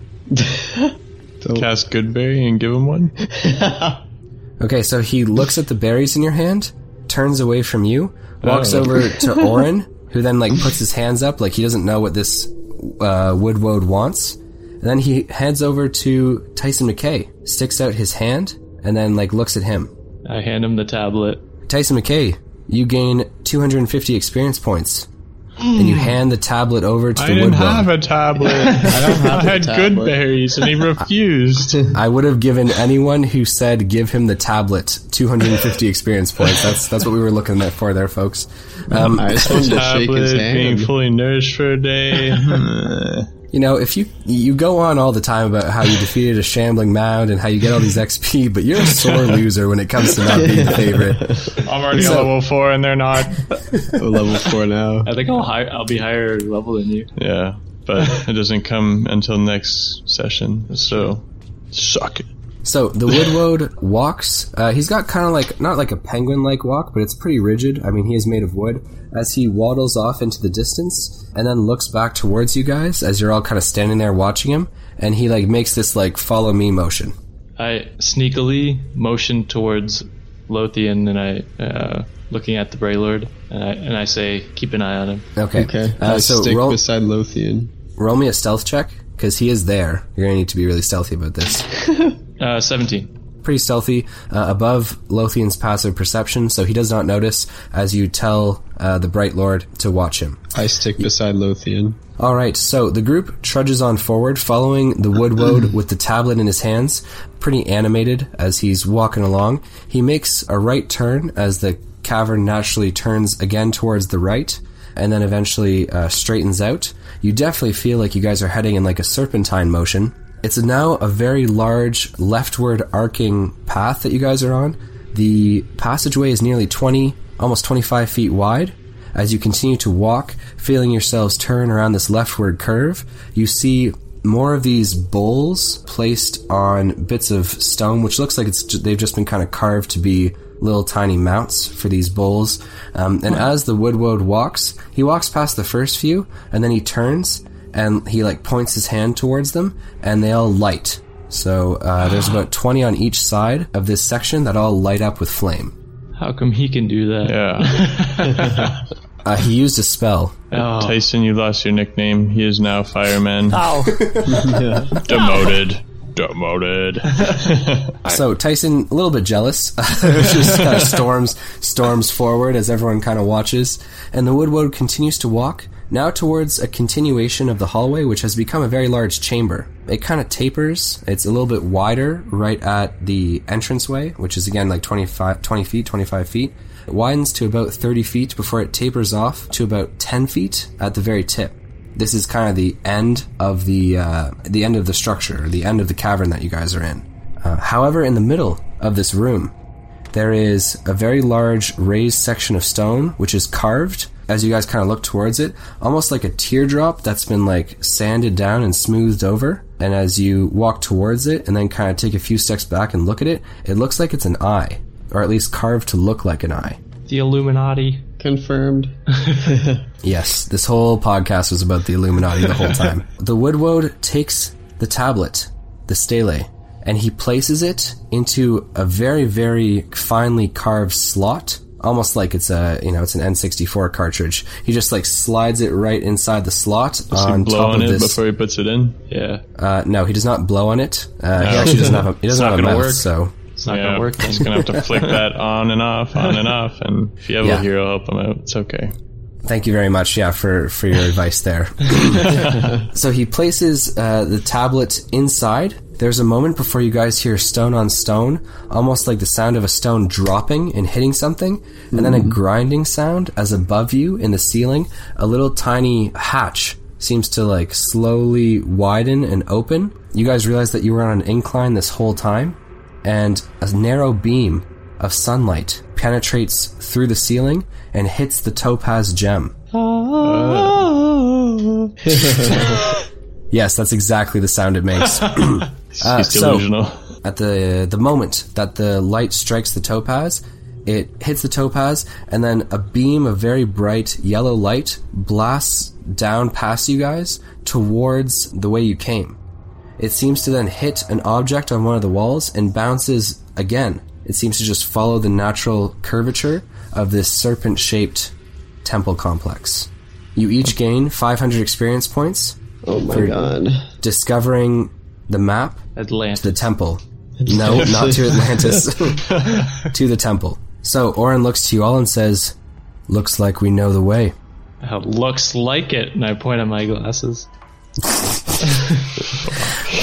Speaker 1: Cast Goodberry and give him one.
Speaker 2: Okay, so he looks at the berries in your hand, turns away from you, walks
Speaker 1: Oh.
Speaker 2: over to Orin, who then like puts his hands up like he doesn't know what this uh, woodwode wants, and then he heads over to Tyson McKay, sticks out his hand, and then like looks at him.
Speaker 3: I hand him the tablet.
Speaker 2: Tyson McKay, you gain 250 experience points, and you hand the tablet over to
Speaker 1: Hmm. I
Speaker 2: the
Speaker 1: didn't
Speaker 2: woodwode.
Speaker 1: have a tablet. I
Speaker 4: I don't have the
Speaker 1: had
Speaker 4: tablet.
Speaker 1: Goodberries and he refused.
Speaker 2: I would have given anyone who said give him the tablet 250 experience points. That's that's what we were looking at for there, folks. Um,
Speaker 4: I just wanted to shake his
Speaker 1: tablet being
Speaker 4: hand.
Speaker 1: fully nourished for a day.
Speaker 2: You know, if you you go on all the time about how you defeated a shambling mound and how you get all these XP, but you're a sore loser when it comes to not being the favorite.
Speaker 1: I'm already
Speaker 2: So-
Speaker 1: level four and they're not.
Speaker 4: I'm level four now.
Speaker 3: I think I'll high, I'll be higher level than you.
Speaker 1: Yeah, but it doesn't come until next session. So, suck it.
Speaker 2: So the woodwode walks. Uh, he's got kind of like not like a penguin-like walk, but it's pretty rigid. I mean, he is made of wood. As he waddles off into the distance and then looks back towards you guys, as you're all kind of standing there watching him, and he like makes this like follow me motion.
Speaker 3: I sneakily motion towards Lothian and I, uh, looking at the Braylord, and I, and I say, keep an eye on him.
Speaker 2: Okay.
Speaker 4: Okay.
Speaker 2: Uh,
Speaker 4: I
Speaker 2: so
Speaker 4: stick
Speaker 2: roll,
Speaker 4: beside Lothian.
Speaker 2: roll me a stealth check because he is there. You're gonna need to be really stealthy about this.
Speaker 3: Uh, 17.
Speaker 2: pretty stealthy uh, above Lothian's passive perception, so he does not notice as you tell uh, the Bright Lord to watch him.
Speaker 4: I stick beside Lothian.
Speaker 2: All right, so the group trudges on forward, following the Woodwode with the tablet in his hands, pretty animated as he's walking along. He makes a right turn as the cavern naturally turns again towards the right, and then eventually uh, straightens out. You definitely feel like you guys are heading in like a serpentine motion. It's now a very large leftward arcing path that you guys are on. The passageway is nearly 20, almost 25 feet wide. As you continue to walk, feeling yourselves turn around this leftward curve, you see more of these bowls placed on bits of stone, which looks like it's ju- they've just been kind of carved to be little tiny mounts for these bowls. Um, and as the woodwode walks, he walks past the first few, and then he turns and he like points his hand towards them, and they all light. So uh, there's about 20 on each side of this section that all light up with flame.
Speaker 3: How come he can do that?
Speaker 1: Yeah.
Speaker 2: Uh, he used a spell.
Speaker 3: Oh,
Speaker 1: Tyson, you lost your nickname. He is now Fireman.
Speaker 5: oh,
Speaker 1: Demoted. Demoted.
Speaker 2: So Tyson, a little bit jealous, just kind of storms storms forward as everyone kind of watches, and the Woodwode continues to walk now towards a continuation of the hallway, which has become a very large chamber. It kind of tapers; it's a little bit wider right at the entranceway, which is again like 25, 20 feet, twenty five feet. It widens to about thirty feet before it tapers off to about ten feet at the very tip. This is kind of the end of the uh, the end of the structure, the end of the cavern that you guys are in. Uh, however, in the middle of this room, there is a very large raised section of stone which is carved as you guys kind of look towards it, almost like a teardrop that's been like sanded down and smoothed over. And as you walk towards it and then kind of take a few steps back and look at it, it looks like it's an eye, or at least carved to look like an eye.
Speaker 3: the Illuminati.
Speaker 4: Confirmed.
Speaker 2: Yes, this whole podcast was about the Illuminati the whole time. the Woodwode takes the tablet, the stele, and he places it into a very, very finely carved slot, almost like it's a, you know, it's an N64 cartridge. He just like slides it right inside the slot on
Speaker 1: blow
Speaker 2: top
Speaker 1: on
Speaker 2: of
Speaker 1: it
Speaker 2: this.
Speaker 1: before he puts it in.
Speaker 3: Yeah.
Speaker 2: uh, no, he does not blow on it. Uh, He actually doesn't have a, he doesn't
Speaker 1: not
Speaker 2: have a
Speaker 1: gonna
Speaker 2: mouth,
Speaker 1: work.
Speaker 2: so
Speaker 5: It's not gonna work. Then.
Speaker 1: Just gonna have to flick that on and off, on and off, and if you have
Speaker 2: Yeah.
Speaker 1: a hero, help them out. It's okay.
Speaker 2: Thank you very much, yeah, for, for your advice there. so he places uh, the tablet inside. There's a moment before you guys hear stone on stone, almost like the sound of a stone dropping and hitting something, and then a grinding sound as above you in the ceiling, a little tiny hatch seems to like slowly widen and open. You guys realize that you were on an incline this whole time, and a narrow beam of sunlight penetrates through the ceiling and hits the topaz gem. Ah.
Speaker 5: Ah.
Speaker 2: Yes, that's exactly the sound it makes. Uh,
Speaker 1: He's
Speaker 2: so-
Speaker 1: delusional.
Speaker 2: At the the moment that the light strikes the topaz, it hits the topaz, and then a beam of very bright yellow light blasts down past you guys towards the way you came. It seems to then hit an object on one of the walls and bounces again. It seems to just follow the natural curvature of this serpent shaped temple complex. You each gain 500 experience points
Speaker 4: Oh my
Speaker 2: For-
Speaker 4: god.
Speaker 2: discovering the map
Speaker 5: Atlantis.
Speaker 2: the temple. No, not to Atlantis. to the temple. So Orin looks to you all and says, "Looks like we know the way."
Speaker 5: Uh, looks like it, and I point at my glasses.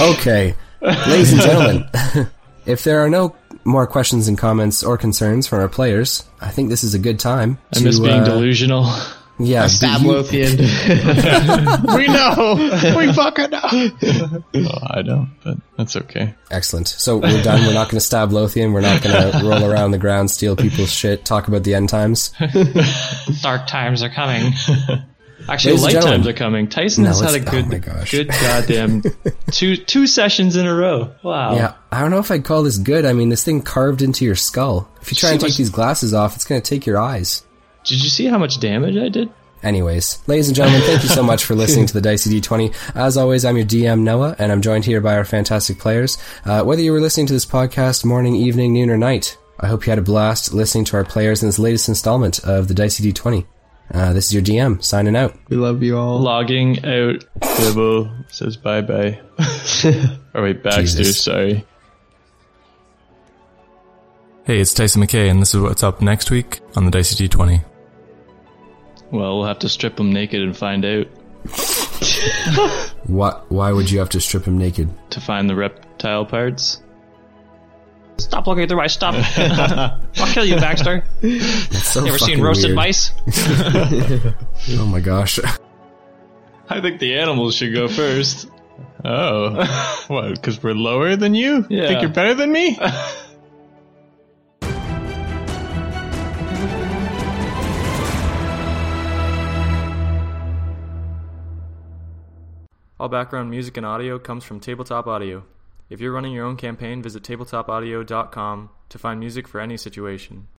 Speaker 2: Okay, ladies and gentlemen, if there are no more questions and comments or concerns from our players, I think this is a good time.
Speaker 5: I miss
Speaker 2: to,
Speaker 5: being
Speaker 2: uh,
Speaker 5: delusional.
Speaker 2: Yeah, be you-
Speaker 4: we know. We fucking know.
Speaker 1: Oh, I don't, but that's okay.
Speaker 2: Excellent. So we're done. We're not going to stab Lothian. We're not going to roll around the ground, steal people's shit, talk about the end times.
Speaker 5: Dark times are coming. Actually,
Speaker 2: Ladies and
Speaker 5: light times
Speaker 2: gentlemen.
Speaker 5: are coming. Tyson's
Speaker 2: No,
Speaker 5: had a
Speaker 2: it's- oh
Speaker 5: good,
Speaker 2: my gosh.
Speaker 5: good goddamn two two sessions in a row. Wow.
Speaker 2: Yeah, I don't know if I'd call this good. I mean, this thing carved into your skull. If you try and
Speaker 5: So
Speaker 2: take
Speaker 5: much-
Speaker 2: these glasses off, it's going to take your eyes.
Speaker 5: Did you see how much damage I did?
Speaker 2: Anyways, ladies and gentlemen, thank you so much for listening to the Dicey D20. As always, I'm your DM, Noah, and I'm joined here by our fantastic players. Uh, whether you were listening to this podcast morning, evening, noon, or night, I hope you had a blast listening to our players in this latest installment of the Dicey D20. Uh, this is your DM, signing out.
Speaker 4: We love you all.
Speaker 5: Logging out.
Speaker 1: Bibble says bye bye. oh wait, Baxter.
Speaker 2: Jesus.
Speaker 1: Sorry.
Speaker 6: Hey, it's Tyson McKay, and this is what's up next week on the Dicey D20.
Speaker 3: Well, we'll have to strip him naked and find out
Speaker 2: What, why would you have to strip him naked?
Speaker 3: to find the reptile parts.
Speaker 5: Stop looking through my stuff. I'll kill you, Baxter.
Speaker 2: That's so
Speaker 5: Ever seen
Speaker 2: fucking
Speaker 5: roasted
Speaker 2: weird.
Speaker 5: mice?
Speaker 2: Oh my gosh.
Speaker 3: I think the animals should go first.
Speaker 1: Oh, what? Because we're lower than you?
Speaker 3: Yeah.
Speaker 1: Think you're better than me?
Speaker 6: All background music and audio comes from Tabletop Audio. If you're running your own campaign, visit tabletopaudio.com to find music for any situation.